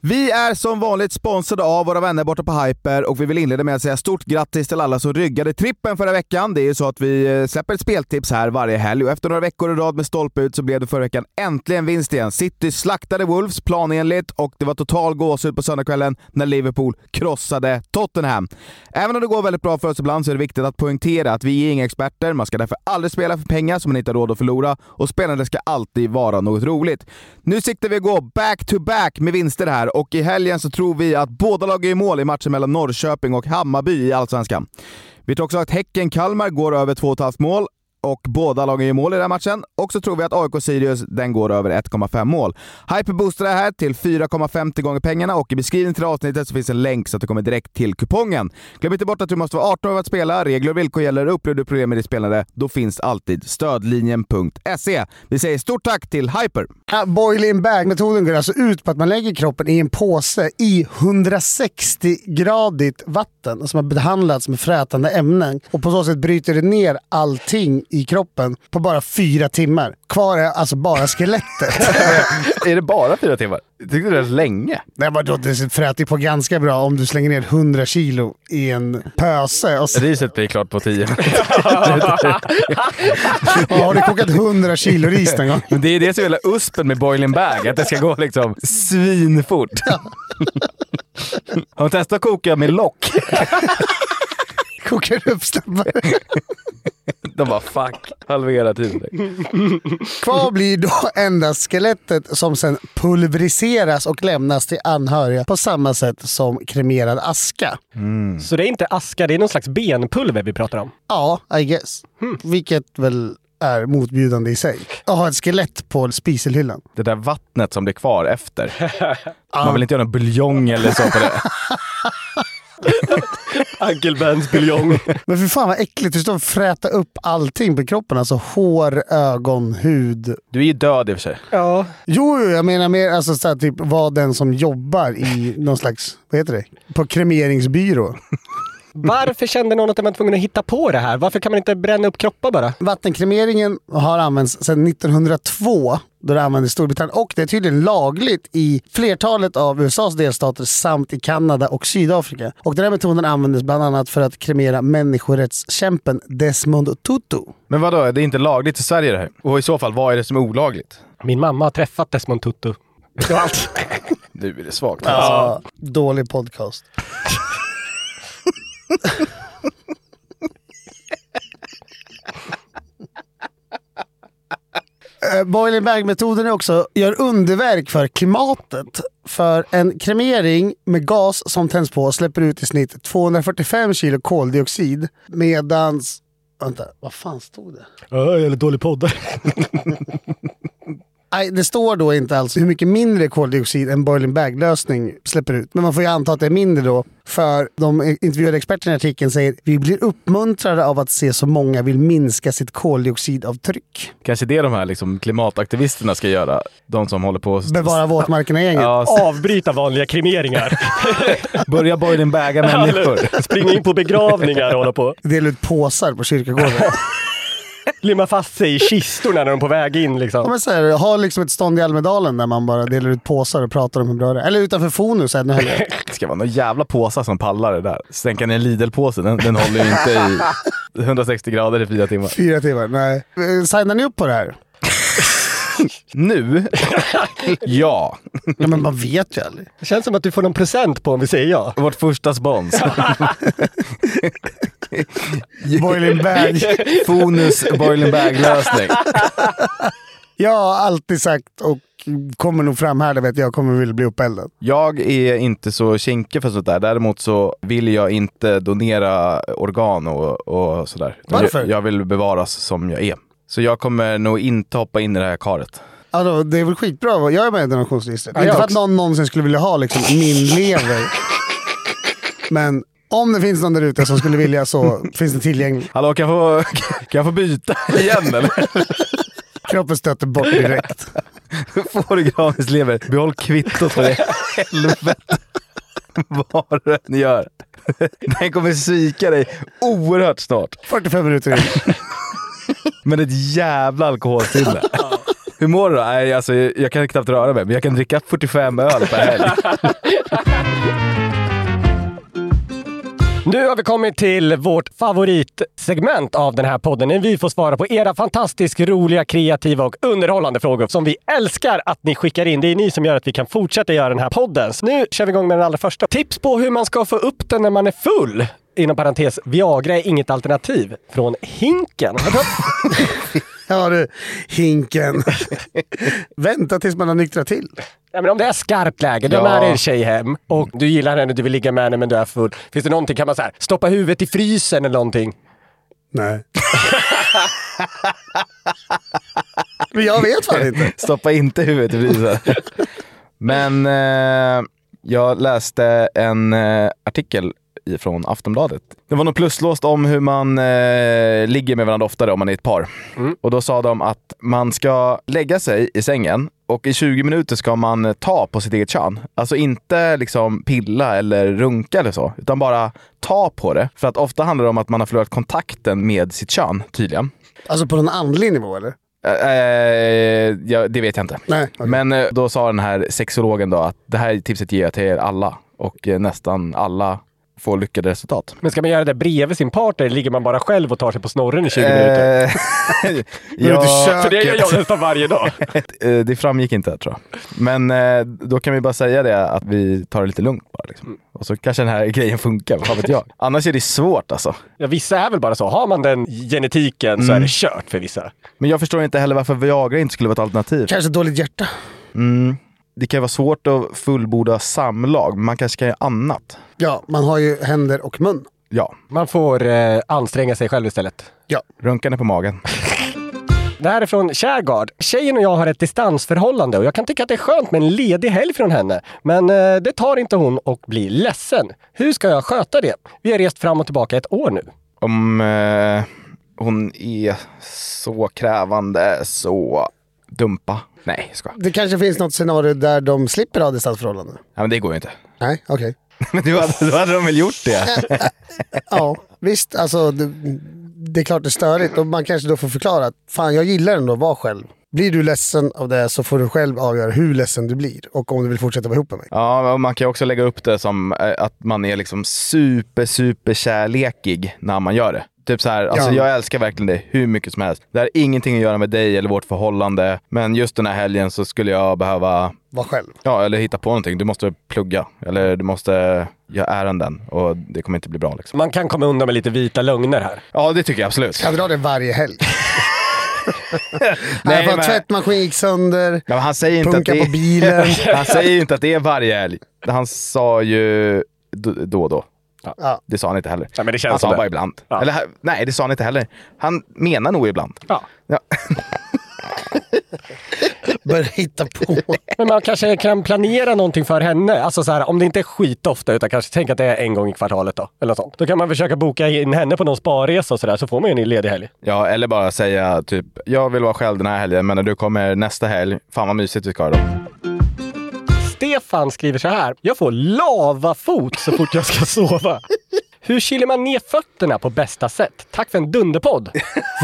Vi är som vanligt sponsrade av våra vänner borta på Hyper och vi vill inleda med att säga stort grattis till alla som ryggade trippen förra veckan. Det är ju så att vi eh, släpper ett speltips här varje helg och efter några veckor i rad med stolpe ut så blev det förra veckan äntligen vinst igen. City slaktade Wolves planenligt och det var total gåshud på söndagskvällen när Liverpool krossade Tottenham. Även om det går väldigt bra för oss ibland så är det viktigt att poängtera att vi är inga experter. Man ska därför aldrig spela för pengar som man inte har råd att förlora och spelandet ska alltid vara något roligt. Nu siktar vi gå back-to-back med vinster här och i helgen så tror vi att båda lag är i mål i matchen mellan Norrköping och Hammarby i Allsvenskan. Vi tror också att Häcken-Kalmar går över 2,5 mål och båda lagen gör mål i den här matchen. Och så tror vi att AIK-Sirius, den går över 1,5 mål. Hyper boostar det här till 4,50 gånger pengarna och i beskrivningen till avsnittet så finns en länk så att du kommer direkt till kupongen. Glöm inte bort att du måste vara 18 år för att spela. Regler och villkor gäller. Upplever du problem med ditt spelande, då finns alltid stödlinjen.se. E. Vi säger stort tack till Hyper!
Ja, Boil in bag-metoden går alltså ut på att man lägger kroppen i en påse i 160-gradigt vatten som har behandlats med frätande ämnen. Och på så sätt bryter det ner allting i kroppen på bara fyra timmar. Kvar är alltså bara skelettet.
Är det bara fyra timmar? Jag tyckte det var länge.
Nej, men då, det fräter ju på ganska bra om du slänger ner 100 kilo i en pöse. Och så,
Riset blir klart på tio minuter.
ja, har du kokat 100 kilo ris någon gång?
Men det är det som är hela uspen med boiling bag, att det ska gå liksom svinfort. Har du testat att koka med lock?
Kokar upp snabbare.
De bara fuck, halvera tiden.
Kvar blir då endast skelettet som sen pulveriseras och lämnas till anhöriga på samma sätt som kremerad aska.
Så det är inte aska, det är någon slags benpulver vi pratar om.
Ja, I guess. Vilket väl är motbjudande i sig. Att ha ett skelett på spiselhyllan.
Det där vattnet som blir kvar efter. Man vill inte göra någon buljong eller så på det.
Uncle Bens buljong.
Men för fan vad äckligt. Du står och frätar upp allting på kroppen. Alltså hår, ögon, hud.
Du är ju död i och för sig.
Ja.
Jo, jo, jag menar mer alltså, så här, typ vara den som jobbar i någon slags, vad heter det? På kremeringsbyrå.
Varför kände någon att de var tvungen att hitta på det här? Varför kan man inte bränna upp kroppar bara?
Vattenkremeringen har använts sedan 1902 då det användes i Storbritannien och det är tydligen lagligt i flertalet av USAs delstater samt i Kanada och Sydafrika. Och den här metoden användes bland annat för att kremera människorättskämpen Desmond Tutu.
Men vadå, det är inte lagligt i Sverige det här? Och i så fall, vad är det som är olagligt?
Min mamma har träffat Desmond Tutu. Det var allt.
Nu är det svagt.
Ja, dålig podcast. Eh, Boiling bag-metoden är också, gör underverk för klimatet. För en kremering med gas som tänds på släpper ut i snitt 245 kilo koldioxid medans... Vänta, vad fan stod det?
Ja, eller dålig podd.
Nej, det står då inte alls hur mycket mindre koldioxid en boiling bag-lösning släpper ut. Men man får ju anta att det är mindre då. För de intervjuade experterna i artikeln säger vi blir uppmuntrade av att se så många vill minska sitt koldioxidavtryck.
Kanske det de här liksom, klimataktivisterna ska göra. De som håller på att
Bevara våtmarkerna-gänget.
Ja, s-
Avbryta vanliga kremeringar.
börja boiling baga människor.
Eller Springa in på begravningar och hålla på.
Dela ut påsar på kyrkogården.
Limma fast sig i kistorna när de är på väg in
Ja,
liksom.
men så här, ha liksom ett stånd i Almedalen där man bara delar ut påsar och pratar om hur bra det är. Eller utanför Fonus ännu hellre.
Det ska vara någon jävla påsar som pallar det där. Sänka ner en Lidl-påse, den, den håller ju inte i 160 grader i fyra timmar.
Fyra timmar. Nej. Eh, Signar ni upp på det här?
Nu? ja.
Ja, men man vet ju aldrig.
Det känns som att du får någon present på om vi säger ja.
Vårt första spons.
Boiling bag.
Fonus boiling bag-lösning.
Jag har alltid sagt och kommer nog framhärda vet jag, jag kommer vilja bli uppeldad.
Jag är inte så kinkig för sånt där. Däremot så vill jag inte donera organ och, och sådär. Utan
Varför?
Jag, jag vill bevaras som jag är. Så jag kommer nog inte hoppa in i det här karet.
Alltså, det är väl skitbra, jag är med i donationsregistret.
Ja, jag
Inte för att
också.
någon någonsin skulle vilja ha liksom, min lever. Men om det finns någon där ute som skulle vilja så finns det tillgänglig.
Hallå, kan jag få, kan jag få byta igen eller?
Kroppen stöter bort direkt.
Får du gratis lever, behåll kvittot på det. Helvete. Vad du än gör. Den kommer svika dig oerhört snart.
45 minuter in.
Men ett jävla alkoholsinne. Hur mår du då? Nej, alltså, jag kan knappt röra mig, men jag kan dricka 45 öl per helg.
Nu har vi kommit till vårt favoritsegment av den här podden. När vi får svara på era fantastiskt roliga, kreativa och underhållande frågor som vi älskar att ni skickar in. Det är ni som gör att vi kan fortsätta göra den här podden. Så nu kör vi igång med den allra första. Tips på hur man ska få upp den när man är full. Inom parentes, Viagra är inget alternativ. Från Hinken.
Ja du, hinken. Vänta tills man har nyktrat till.
Ja, men om det är skarpt läge, du har
Ja.
med dig en tjej hem och du gillar henne, du vill ligga med henne men du är full. Finns det någonting, kan man så här, stoppa huvudet i frysen eller någonting?
Nej. Men jag vet fan inte.
Stoppa inte huvudet i frysen. Men eh, jag läste en eh, artikel i- från Aftonbladet. Det var något pluslåst om hur man eh, ligger med varandra oftare om man är ett par. Och då sa de att man ska lägga sig i sängen och i 20 minuter ska man eh, ta på sitt eget kön. Alltså inte liksom pilla eller runka eller så, utan bara ta på det. För att ofta handlar det om att man har förlorat kontakten med sitt kön, tydligen.
Alltså på någon andlig nivå eller?
Eh, eh, ja, det vet jag inte.
Nej. okej.
Men eh, då sa den här sexologen då att det här tipset ger jag till er alla och eh, nästan alla får lyckade resultat.
Men ska man göra det bredvid sin partner eller ligger man bara själv och tar sig på snorren i 20 minuter?
Eh,
Ut i
ja,
köket.
För det gör jag nästan varje dag.
eh, det framgick inte tror jag. Men eh, då kan vi bara säga det att vi tar det lite lugnt bara. Liksom. Och så kanske den här grejen funkar, vad vet jag. Annars är det svårt alltså.
Ja, vissa är väl bara så. Har man den genetiken så är det kört för vissa.
Men jag förstår inte heller varför Viagra inte skulle vara ett alternativ.
Kanske dåligt hjärta.
Det kan ju vara svårt att fullborda samlag, men man kanske kan göra annat.
Ja, man har ju händer och mun.
Ja,
Man får eh, anstränga sig själv istället.
runkan är på magen.
Det här är från Kärgard. Tjejen och jag har ett distansförhållande och jag kan tycka att det är skönt med en ledig helg från henne. Men eh, det tar inte hon och blir ledsen. Hur ska jag sköta det? Vi har rest fram och tillbaka ett år nu.
Om eh, hon är så krävande, så dumpa. Nej, jag skojar.
Det kanske finns något scenario där de slipper ha distansförhållande?
Ja, men det går ju inte.
Nej, okej.
Men då hade, då hade de väl gjort det.
Ja, visst. Alltså, det, det är klart det är störigt och man kanske då får förklara att fan, jag gillar ändå att vara själv. Blir du ledsen av det så får du själv avgöra hur ledsen du blir och om du vill fortsätta vara ihop med mig.
Ja, och man kan ju också lägga upp det som eh, att man är liksom super, super kärlekig när man gör det. Typ så här, alltså
Ja.
jag älskar verkligen dig hur mycket som helst. Det har ingenting att göra med dig eller vårt förhållande, men just den här helgen så skulle jag behöva,
Var själv.
ja, eller hitta på någonting. Du måste plugga, eller du måste göra ärenden och det kommer inte bli bra liksom.
Man kan komma undan med lite vita lögner här.
Ja, det tycker jag absolut.
Jag drar det varje helg. Nej, fan,
men-
Tvättmaskin gick sönder.
Ja, men han säger inte
Punka
att det är...
på bilen.
han säger ju inte att det är varje helg. Han sa ju då då. och då.
Ja.
Det sa han inte heller.
Ja, men det känns
han
som
sa
det.
bara ibland.
Ja.
Eller, nej, det sa han inte heller. Han menar nog ibland.
Ja.
Ja.
Börjar hitta på.
Men man kanske kan planera någonting för henne. Alltså så här, om det inte är skitofta utan kanske tänk att det är en gång i kvartalet då. Eller något sånt. Då kan man försöka boka in henne på någon sparresa och sådär så får man ju en ledig helg.
ja, eller bara säga typ, jag vill vara själv den här helgen, men när du kommer nästa helg, fan vad mysigt vi ska ha då.
Stefan skriver så här. Jag får lavafot så fort jag ska sova. Hur kyler man ner fötterna på bästa sätt? Tack för en dunderpodd!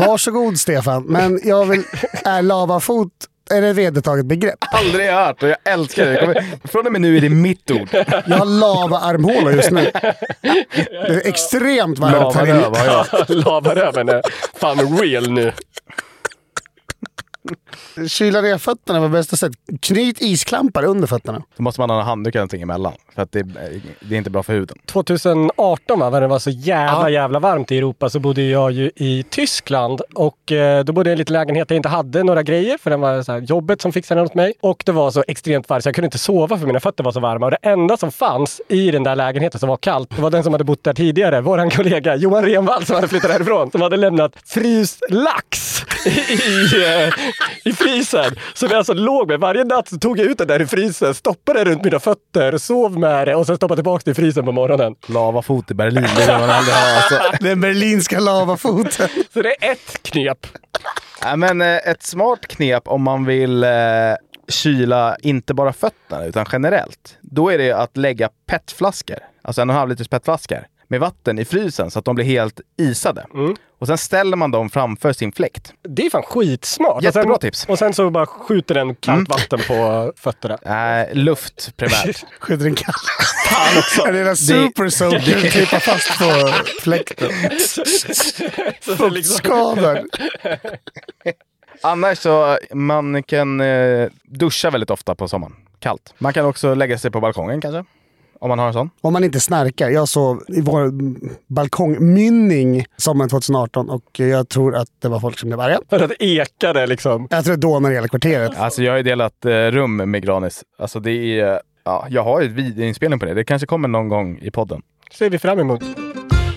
Varsågod Stefan, men jag vill... Är lavafot är det ett vedertaget begrepp?
Aldrig hört och jag älskar det. Jag Kommer, från och med nu är det mitt ord.
Jag har lavaarmhålor just nu. Det är extremt varmt här inne.
Lavaröv har jag.
Lavaröven är fan real nu.
Kyla ner fötterna på bästa sätt. Knyt islampar under fötterna.
Då måste man ha en handduk eller någonting emellan, för att det, det är inte bra för huden.
2018 va, när det var så jävla jävla varmt i Europa så bodde jag ju i Tyskland och eh, då bodde jag i en liten lägenhet där jag inte hade några grejer för den var så här, jobbet som fixade den åt mig och det var så extremt varmt så jag kunde inte sova för mina fötter var så varma och det enda som fanns i den där lägenheten som var kallt det var den som hade bott där tidigare, våran kollega Johan Renvall som hade flyttat härifrån som hade lämnat fryst lax i, i, eh, i frysen. Så det alltså låg med. Varje natt så tog jag ut den där i frysen, stoppade den runt mina fötter, sov med det och sen stoppade tillbaka det i frysen på morgonen.
Lavafot i Berlin, det vill man aldrig ha. Alltså.
Den berlinska lavafoten.
Så det är ett knep.
Ja, men eh, ett smart knep om man vill eh, kyla inte bara fötterna utan generellt. Då är det att lägga petflaskor, alltså en och en halv liters petflaskor, med vatten i frysen så att de blir helt isade. Och sen ställer man dem framför sin fläkt.
Det är fan skitsmart.
Jättebra
och sen,
tips. Mm.
Och sen så bara skjuter den kallt vatten på fötterna.
Äh, luft primärt.
Skjuter en kall. En lilla super soaker du klippar fast på fläkten.
Så det är liksom-
Skadad.
Annars så, man kan eh, duscha väldigt ofta på sommaren. Kallt. Man kan också lägga sig på balkongen kanske. Om man har en sån.
Om man inte snarkar. Jag sov i vår mm, balkongmynning sommaren 2018 och jag tror att det var folk som blev arga.
För att eka det liksom.
Jag tror det dånade i hela kvarteret.
Alltså jag har ju delat eh, rum med Granis. Alltså det är... Ja, jag har ju ett videoinspelning på det. Det kanske kommer någon gång i podden.
ser vi fram emot.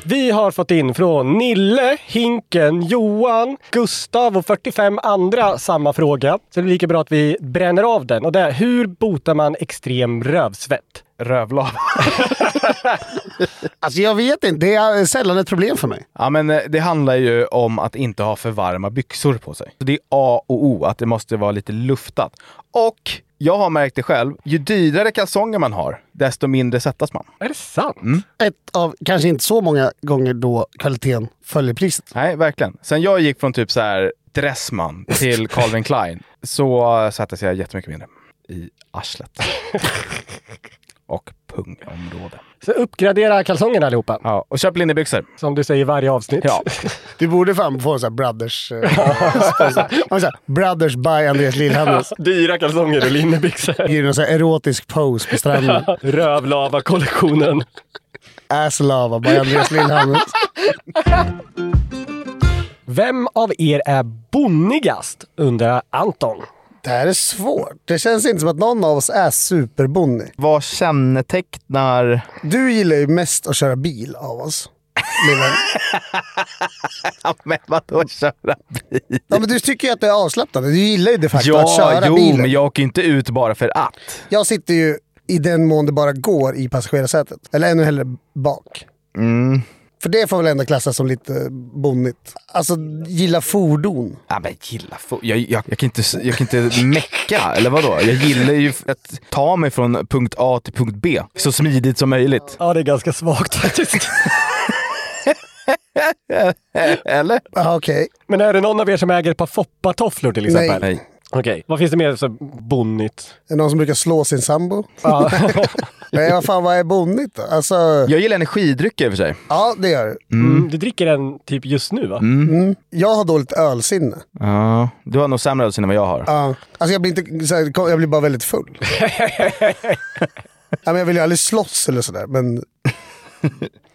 Vi har fått in från Nille, Hinken, Johan, Gustav och 45 andra samma fråga. Så det är lika bra att vi bränner av den. Och det är, hur botar man extrem rövsvett?
Rövlava.
Alltså jag vet inte, det är sällan ett problem för mig.
Ja, men eh, det handlar ju om att inte ha för varma byxor på sig. Så Det är A och O, att det måste vara lite luftat. Och jag har märkt det själv, ju dyrare kalsonger man har, desto mindre sättas man.
Är det sant?
Ett av, kanske inte så många gånger då kvaliteten följer priset.
Nej, verkligen. Sen jag gick från typ så här Dressman till Calvin Klein så eh, sattes jag jättemycket mindre i arslet. och pungområde.
Så uppgradera kalsongerna allihopa.
Ja, och köp linnebyxor.
Som du säger i varje avsnitt.
Ja.
Du borde fan få en sån här brothers... eh, sponsor. Man så här, brothers by Andreas Lillhannes.
Dyra kalsonger och linnebyxor.
Ger någon så här erotisk pose på stranden.
Rövlava-kollektionen.
Ass lava by Andreas Lillhannes.
Vem av er är bonnigast? undrar Anton.
Det här är svårt. Det känns inte som att någon av oss är superbonny.
Vad kännetecknar...
Du gillar ju mest att köra bil av oss. min vän.
Ja, men vadå köra bil?
Ja, men du tycker ju att det är avslappnande. Du gillar ju de facto
Ja,
att köra
jo,
bilen.
men jag åker inte ut bara för att.
Jag sitter ju i den mån det bara går i passagerarsätet. Eller ännu hellre bak. För det får väl ändå klassas som lite bonnigt. Alltså, gilla fordon.
Ja, men gilla fo- jag, jag, jag, kan inte, s- jag kan inte mecka, eller vadå? Jag gillar ju f- att ta mig från punkt A till punkt B så smidigt som möjligt.
Ja, det är ganska svagt faktiskt.
Eller?
Ja, okej.
Men är det någon av er som äger ett par foppatofflor till exempel?
Nej.
Okej, vad finns det mer så bonnigt?
Är det någon som brukar slå sin sambo?
Ja.
Nej, vad fan, vad är bonnigt då? Alltså,
Jag gillar energidrycker i och för sig.
ja, det gör det.
Mm. Du dricker den typ just nu va?
Jag har dåligt ölsinne.
Ja, du har nog sämre ölsinne än vad jag har.
Ja. Alltså, jag blir, inte, så här, kom- jag blir bara väldigt full. ja, men jag vill ju aldrig slåss eller sådär, men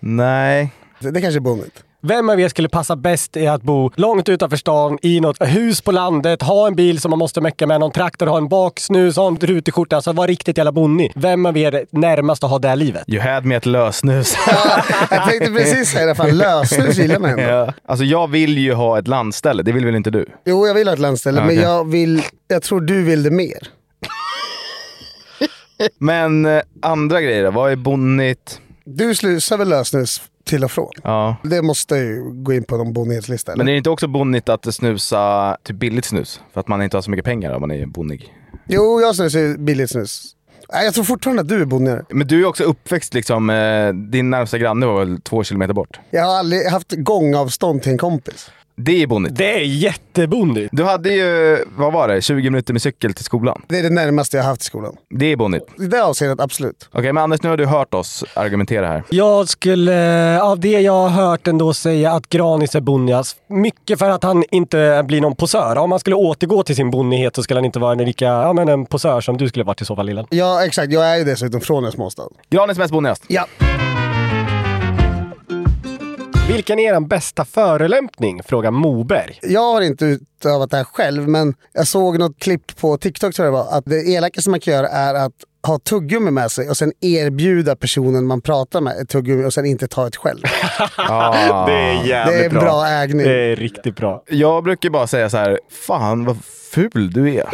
Nej.
det, det kanske är bonnigt.
Vem av er skulle passa bäst i att bo långt utanför stan, i något hus på landet, ha en bil som man måste mecka med, någon traktor, ha en baksnus, ha en rutig skjorta. Alltså vara riktigt jävla bonnig. Vem av er är närmast att ha det här livet?
You had me at lösnus.
Jag tänkte precis säga det, fan lösnus gillar man ändå.
ja. Alltså jag vill ju ha ett landställe, det vill väl inte du?
Jo, jag vill ha ett landställe,
Ja, okej.
men jag, vill, jag tror du vill det mer.
Men eh, andra grejer då? Vad är bonnigt?
Du slusar väl lösnus till och från?
Ja.
Det måste ju gå in på någon bonitslista.
Men är
eller?
det inte också bonnigt att snusa typ billigt snus? För att man inte har så mycket pengar om man är bonnig.
Jo, jag snusar ju billigt snus. Nej, jag tror fortfarande att du är bonigare.
Men du är också uppväxt liksom, eh, din närmsta granne var väl två kilometer bort?
Jag har aldrig haft gångavstånd till en kompis.
Det är bonnigt.
Det är jättebondigt.
Du hade ju, vad var det, 20 minuter med cykel till skolan.
Det är det närmaste jag har haft i skolan.
Det är bonnigt. Okej,
I det avseendet, absolut.
men Anders nu har du hört oss argumentera här.
Jag skulle, av det jag har hört ändå, säga att Granis är bonjas. Mycket för att han inte blir någon posör. Om han skulle återgå till sin bonnighet så skulle han inte vara en lika, ja men en posör som du skulle varit i så fall lillen.
Ja, exakt. Jag är ju dessutom från en småstad.
Granis mest bonnigast.
Ja.
Vilken är er bästa förolämpning? Frågar Moberg.
Jag har inte utövat det här själv, men jag såg något klipp på TikTok tror jag det var, att det elakaste man kan göra är att ha tuggummi med sig och sen erbjuda personen man pratar med ett tuggummi och sen inte ta ett själv.
Ah.
Det är en bra ägning.
Det är riktigt bra.
Jag brukar bara säga så här, fan vad ful du är.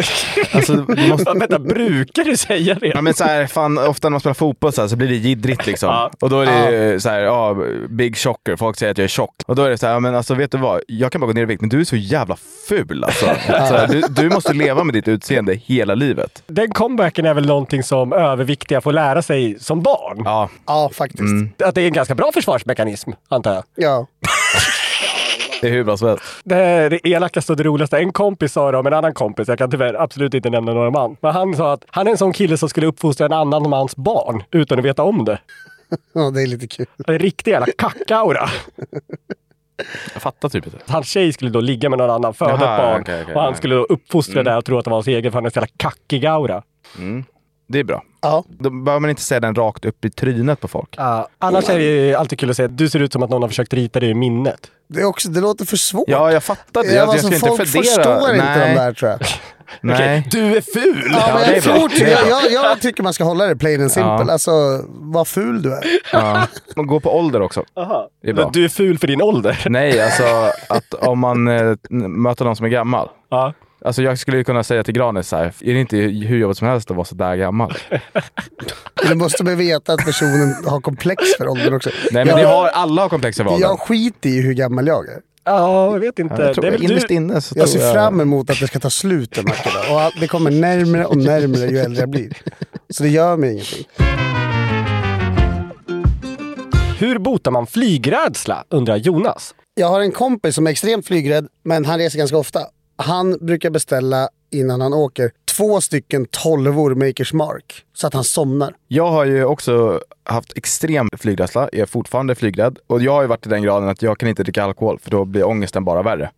alltså, du måste...
Vänta, brukar du säga det?
Ja, men så här, fan, ofta när man spelar fotboll så, här, så blir det jiddrigt liksom.
Ja.
Och då är det så här, ja, big chocker. Folk säger att jag är tjock. Och då är det så här, ja, men alltså vet du vad? Jag kan bara gå ner i vikt, men du är så jävla ful alltså. så här, du, du måste leva med ditt utseende hela livet.
Den comebacken är väl någonting som överviktiga får lära sig som barn.
Ja,
Ja, faktiskt.
Mm.
Att det är en ganska bra försvarsmekanism, antar jag.
Ja.
det är hur bra som helst.
Det är det elakaste och det roligaste. En kompis sa det om en annan kompis. Jag kan tyvärr absolut inte nämna några man. Men han sa att han är en sån kille som skulle uppfostra en annan mans barn utan att veta om det.
ja, det är lite kul.
En riktig jävla kackaura.
Jag fattar typ inte.
Hans tjej skulle då ligga med någon annan, föda ett
Jaha,
barn.
okej, okej,
och han
ja. Mm.
skulle då uppfostra det och tro att det var hans egen för han är en sån jävla kackig aura.
Det är bra.
Ja.
Då behöver man inte säga den rakt upp i trynet på folk.
Ja, annars är det ju alltid kul att säga att du ser ut som att någon har försökt rita dig i minnet.
Det, är också, det låter för svårt.
Ja, jag fattar det.
Ja,
Jag, jag
alltså,
ska
folk
inte fundera.
förstår inte
Nej,
de där tror jag.
Nej.
Du är ful!
Ja, men
det är
jag,
bra.
tror,
Det är
jag, jag, jag tycker man ska hålla det plain and simple.
Ja.
Alltså, vad ful du är.
Ja. Man går på ålder också. Det är bra.
Men du är ful för din ålder.
Nej, alltså att om man eh, möter någon som är gammal.
Ja.
Alltså jag skulle ju kunna säga till Granis så här, är det inte hur jobbigt som helst att vara så där gammal?
Men Du måste väl veta att personen har komplex för åldern också.
Nej men
jag,
det har, alla har komplexa val.
jag skiter i hur gammal jag är.
Ja, jag vet inte.
Jag tror,
det är väl
innerst
du...
inne så
Jag
tror
ser fram emot att det ska ta slut en vacker dag. Och att det kommer närmare och närmare ju äldre jag blir. Så det gör mig ingenting.
Hur botar man flygrädsla? Undrar Jonas.
Jag har en kompis som är extremt flygrädd, men han reser ganska ofta. Han brukar beställa innan han åker två stycken tolvor Makers Mark så att han somnar.
Jag har ju också haft extrem flygrädsla, är fortfarande flygrädd. Och jag har ju varit i den graden att jag kan inte dricka alkohol för då blir ångesten bara värre.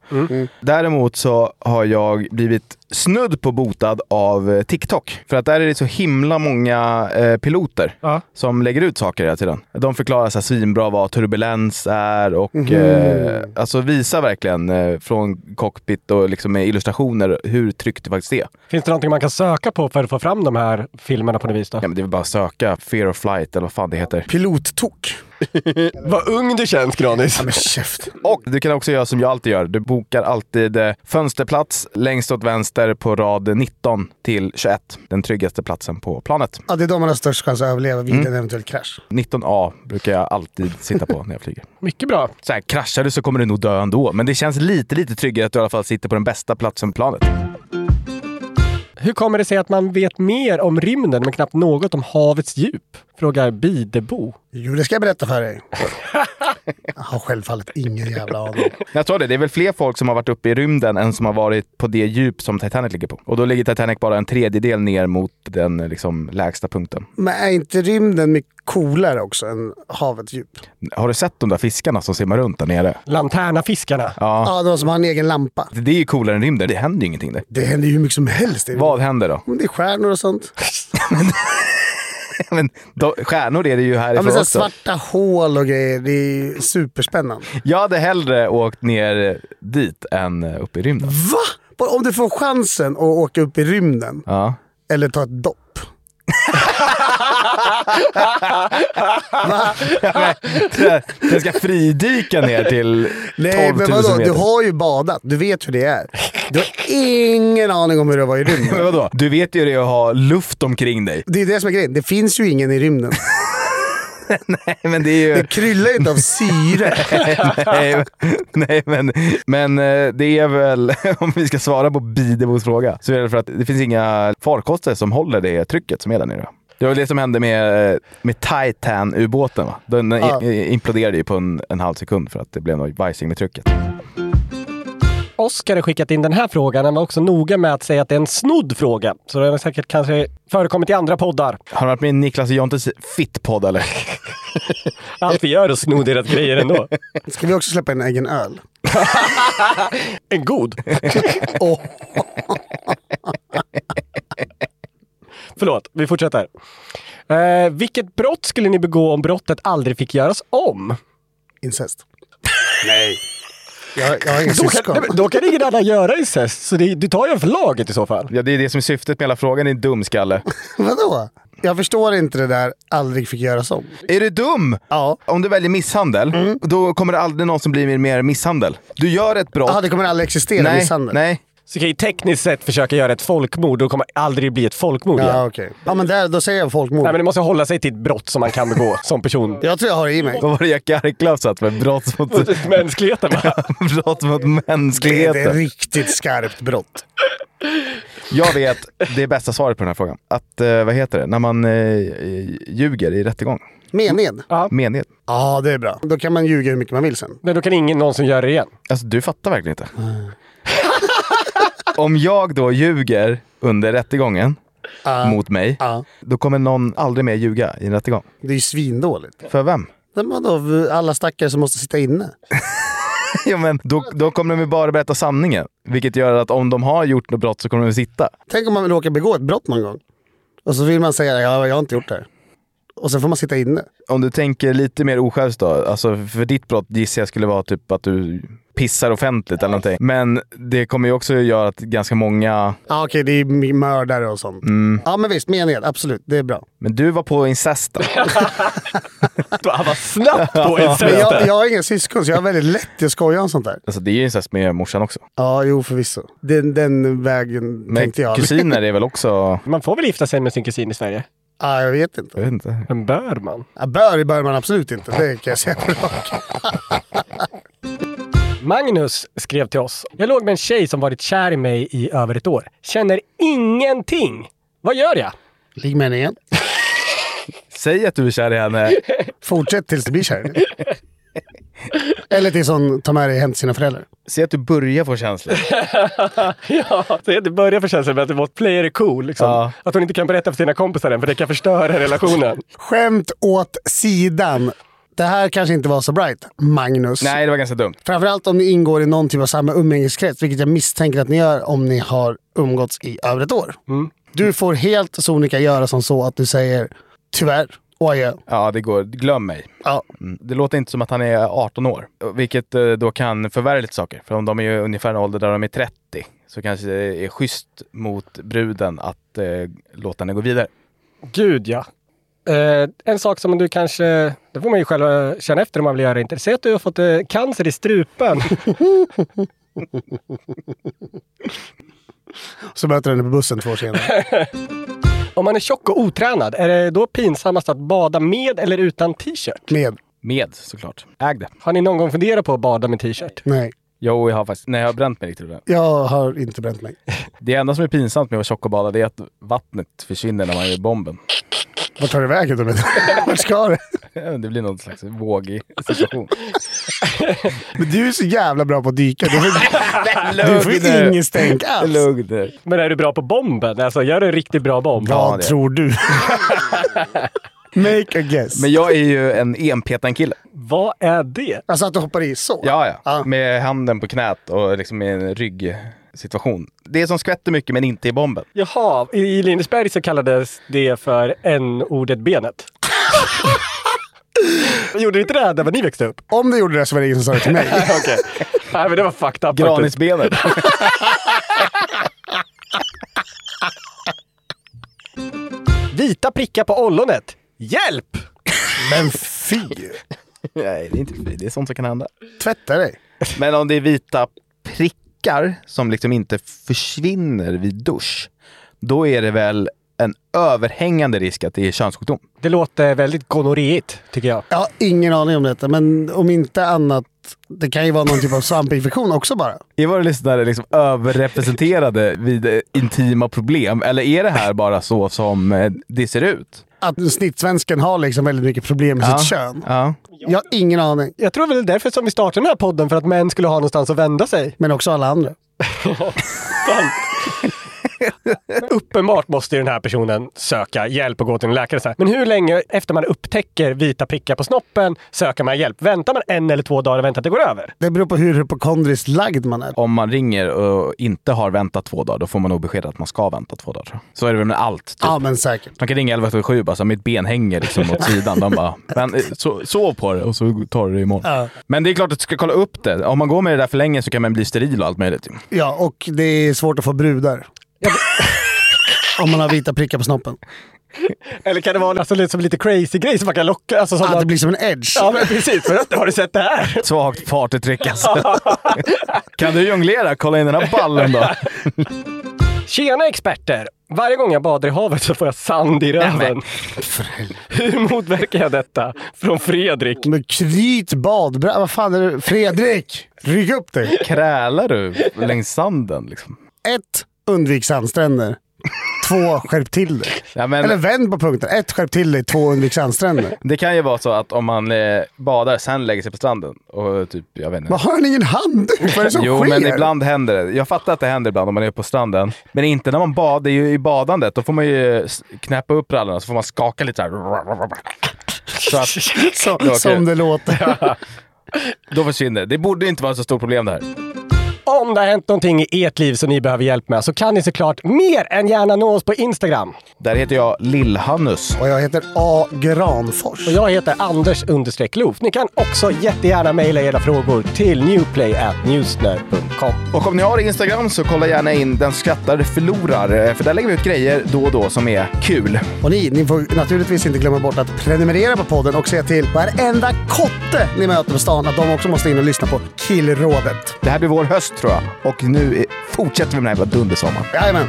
Däremot så har jag blivit snudd på botad av eh, TikTok. För att där är det så himla många eh, piloter
Ja.
som lägger ut saker hela tiden. De förklarar så här svinbra vad turbulens är och eh, alltså visar verkligen eh, från cockpit och liksom med illustrationer hur tryggt det faktiskt är.
Finns det någonting man kan söka på för att få fram de här filmerna på det vis då?
Ja, men det är väl bara att söka Fear of Flight eller vad fan det heter.
Pilottok.
Vad ung du känns Granis.
Ja, men käften.
Och du kan också göra som jag alltid gör. Du bokar alltid eh, fönsterplats längst åt vänster på rad 19 till 21. Den tryggaste platsen på planet.
Ja, det är de man har störst chans att överleva vid en eventuell krasch.
19A brukar jag alltid sitta på när jag flyger.
Mycket bra.
Så här, kraschar du så kommer du nog dö ändå, men det känns lite, lite tryggare att du i alla fall sitter på den bästa platsen på planet.
Hur kommer det sig att man vet mer om rymden men knappt något om havets djup? Frågar Bidebo.
Jo, det ska jag berätta för dig. Jag har självfallet ingen jävla aning.
Jag tror det. Det är väl fler folk som har varit uppe i rymden än som har varit på det djup som Titanic ligger på. Och då ligger Titanic bara en tredjedel ner mot den liksom, lägsta punkten.
Men är inte rymden mycket coolare också än havets djup?
Har du sett de där fiskarna som simmar runt där nere?
Lanternafiskarna.
Ja, de som har en egen lampa.
Det är ju coolare än rymden. Det händer ju ingenting där.
Det händer ju hur mycket som helst. i
Vad händer då?
rymden. Det är stjärnor och sånt.
men, då stjärnor är det ju
Ja,
härifrån
men så här
också.
svarta hål och grejer. Det är ju superspännande.
Jag hade hellre åkt ner dit än eh, upp i rymden.
Va? Bara Om du får chansen att åka upp i rymden
Ja.
eller ta ett dopp.
Nej, Jag ska fridyka ner till 12 000
Nej, men vadå?
meter.
Du har ju badat. Du vet hur det är. Du har ingen aning om hur det var i
Men
rymden.
vadå? Du vet ju det att ha luft omkring dig.
Det är det som är grejen. Det finns ju ingen i rymden.
Nej, men det är ju...
Det kryllar ju inte av syre.
nej, men- nej, men, men eh, det är väl, om vi ska svara på Bidebos fråga, så är det för att det finns inga farkoster som håller det trycket som är där nere. Det var det som hände med, eh, med Titan-ubåten. Va? Den
Ja.
i- imploderade ju på en, en halv sekund för att det blev någon vajsing med trycket.
Oskar har skickat in den här frågan. Han var också noga med att säga att det är en snodd fråga. Så den har säkert kanske förekommit i andra poddar.
Har du varit med i Niklas och Jontes fittpodd eller?
Allt vi gör är att sno deras grejer ändå.
Ska vi också släppa en egen öl?
En god.
Åh,
Förlåt, vi fortsätter. Eh, vilket brott skulle ni begå om brottet aldrig fick göras om?
incest. Nej. Jag, jag har inga
Då kan,
syskon.
nej, men då kan ingen annan göra incest, så det, du tar ju en för laget i så fall.
Ja, det är det som är syftet med hela frågan, din dumskalle.
Vadå? Jag förstår inte det där aldrig fick göras om.
Är du dum?
Ja.
Om du väljer misshandel,
Mm.
då kommer det aldrig någon som blir mer misshandel. Du gör ett brott.
Jaha, det kommer aldrig existera
nej,
misshandel?
nej.
Så kan ju tekniskt sett försöka göra ett folkmord, då kommer det aldrig bli ett folkmord igen.
Ja, okej. Ja, men där, då säger jag folkmord.
Nej, men det måste hålla sig till ett brott som man kan begå som person.
Jag tror jag har det i mig.
Vad var det Jack Arklöv satt för? Brott mot,
Mänskligheten va?
brott mot
Det är ett
mänskligheten.
riktigt skarpt brott.
Jag vet det bästa svaret på den här frågan. Att, eh, vad heter det, när man eh, ljuger i rättegång.
Mened. Ja,
Mened.
det är bra. Då kan man ljuga hur mycket man vill sen.
Nej, då kan ingen någonsin göra det igen.
Alltså du fattar verkligen inte.
Ah.
Om jag då ljuger under rättegången
Ah.
mot mig,
Ja.
då kommer någon aldrig mer ljuga i en rättegång.
Det är ju svindåligt.
För vem?
Men vadå, alla stackare som måste sitta inne?
Ja, men då, då kommer de ju bara berätta sanningen. Vilket gör att om de har gjort något brott så kommer de sitta.
Tänk om man råkar begå ett brott någon gång. Och så vill man säga ja, jag har inte gjort det här. Och sen får man sitta inne.
Om du tänker lite mer osjälviskt då. Alltså för ditt brott gissar jag skulle vara typ att du pissar offentligt eller någonting. Men det kommer ju också göra att ganska många...
Ja, okej, det är m- mördare och sånt.
Mm.
Ja, men visst, mened. Absolut, det är bra.
Men du var på incesten.
Han var Ah, snabbt på
Men
incest.
jag, jag har inga syskon, så jag har väldigt lätt att skoja om sånt där.
Alltså det är ju incest med morsan också.
Ja, jo, förvisso. Den, den vägen
Men
tänkte jag.
kusiner är väl också...
Man får väl gifta sig med sin kusin i Sverige?
Ja, jag vet inte.
Jag vet inte.
Men bör man?
Ja, bör bör man absolut inte, det kan jag säga på rak.
Magnus skrev till oss. Jag låg med en tjej som varit kär i mig i över ett år. Känner ingenting. Vad gör jag?
Ligg med henne igen.
Säg att du är kär i henne.
Fortsätt tills du blir kär. Eller tills hon tar med dig hem till sina föräldrar.
Säg att du börjar få känslor.
Ja, så det börjar för känslan med att vårt player är cool. Liksom.
Ja.
Att hon inte kan berätta för sina kompisar än, för det kan förstöra relationen.
Skämt åt sidan. Det här kanske inte var så bright, Magnus.
Nej, det var ganska dumt.
Framförallt om ni ingår i någon typ av samma umgängeskrets, vilket jag misstänker att ni gör om ni har umgåtts i över ett år. Du får helt sonika göra som så att du säger tyvärr och adjö.
Ja, det går. Glöm mig.
Ja.
Mm. Det låter inte som att han är 18 år, vilket eh, då kan förvärra lite saker. För om de är ju ungefär en ålder där de är 30 så kanske det är schysst mot bruden att eh, låta henne gå vidare.
Gud ja. Eh, en sak som du kanske, det får man ju själv eh, känna efter om man vill göra det inte. Säg att du har fått eh, cancer i strupen.
Så möter jag henne på bussen två år senare.
om man är tjock och otränad, är det då pinsammast att bada med eller utan t-shirt?
Med.
Med såklart. Ägde.
Har ni någon gång funderat på att bada med t-shirt?
Nej,
Jo, jag har faktiskt... Nej, jag har bränt mig riktigt ordentligt.
jag har inte bränt mig.
Det enda som är pinsamt med att vara tjock och bada det är att vattnet försvinner när man gör bomben.
Vart tar det vägen? då? Vart ska det?
Det blir någon slags vågig situation.
Men du är så jävla bra på att dyka. Du får, du får
Lugn nu.
ingen stänk alls.
Lugn nu.
Men är du bra på bomben? Alltså, gör du en riktigt bra bomb?
Ja,
Vad
det.
tror du? Make a guess.
Men jag är ju en enpetan-kille.
Vad är det?
Alltså att du hoppar i så?
Ja, ja.
Ah.
Med handen på knät och liksom i en ryggsituation. Det är som skvätter mycket men inte i bomben.
Jaha, i- i Lindesberg så kallades det för n-ordet benet. Gjorde du inte det här när ni växte upp?
Om du gjorde det så var det ingen som sa det till mig.
Okej. Nej, men det var fucked up faktiskt.
Granisbenet.
Vita prickar på ollonet. Hjälp!
Men fy!
Nej, det är inte Det är sånt som kan hända.
Tvätta dig.
Men om det är vita prickar som liksom inte försvinner vid dusch, då är det väl en överhängande risk att det är könssjukdom.
Det låter väldigt gonorréigt, tycker jag.
Jag har ingen aning om detta, men om inte annat. Det kan ju vara någon typ av svampinfektion också bara.
Är våra lyssnare liksom överrepresenterade vid eh, intima problem, eller är det här bara så som eh, det ser ut?
Att snittsvensken har liksom väldigt mycket problem med sitt kön.
Ja.
Jag har ingen aning.
Jag tror väl det är därför som vi startade den här podden, för att män skulle ha någonstans att vända sig.
Men också alla andra.
Uppenbart måste ju den här personen söka hjälp och gå till en läkare. Så här. Men hur länge efter man upptäcker vita prickar på snoppen söker man hjälp? Väntar man en eller två dagar och väntar att det går över?
Det beror på hur hypokondriskt lagd man är.
Om man ringer och inte har väntat två dagar, då får man nog besked att man ska vänta två dagar. tror jag. Så är det väl med allt. Typ.
Ja, men säkert.
Man kan ringa 1177 och bara så här, mitt ben hänger liksom åt sidan. De bara, men, eh, so, sov på det och så tar du det imorgon. Men det är klart att du ska kolla upp det. Om man går med det där för länge så kan man bli steril och allt möjligt. ju.
Ja, och det är svårt att få brudar. Om man har vita prickar på snoppen.
Eller kan det vara alltså, lite, som lite crazy grej som man kan locka? Alltså, som
Att
man...
det blir som en edge.
Ja, men precis. För att, har du sett det här?
Svagt partytryck alltså. kan du jonglera? Kolla in den här ballen då.
Tjena experter! Varje gång jag badar i havet så får jag sand i röven. Hur motverkar jag detta? Från Fredrik.
Men kryt badbrallor. Vad fan är det? Fredrik! Ryck upp dig!
Krälar du längs sanden liksom?
Ett, Undvik sandstränder. Två, Skärp till dig.
Ja, men-
Eller vänd på punkten. Ett, Skärp till dig. Två, Undvik sandstränder.
Det kan ju vara så att om man eh, badar, sen lägger sig på stranden och typ, jag vet inte.
Vad har han ingen handduk? Vad är det Alltså, som
Jo,
sker?
men ibland händer det. Jag fattar att det händer ibland om man är på stranden. Men inte när man badar. Det är ju i badandet. Då får man ju eh, s- knäppa upp brallorna så får man skaka lite så här. Så att
Som,
Det var
som
kul.
det låter.
då försvinner det. Det borde inte vara så stort problem det här.
Om det har hänt någonting i ert liv som ni behöver hjälp med så kan ni såklart mer än gärna nå oss på Instagram.
Där heter jag Lill-Hannus.
Och jag heter A. Granfors.
Och jag heter Anders understreck Loof. Ni kan också jättegärna mejla era frågor till newplay.newsnerd.com.
Och om ni har Instagram så kolla gärna in Den skrattar förlorar. eh, För där lägger vi ut grejer då och då som är kul.
Och ni, ni får naturligtvis inte glömma bort att prenumerera på podden och säga till varenda kotte ni möter på stan att de också måste in och lyssna på Killrådet.
Det här blir vår höst tror jag. Och nu eh, fortsätter vi med den här jävla dundersommaren.
Jajamän.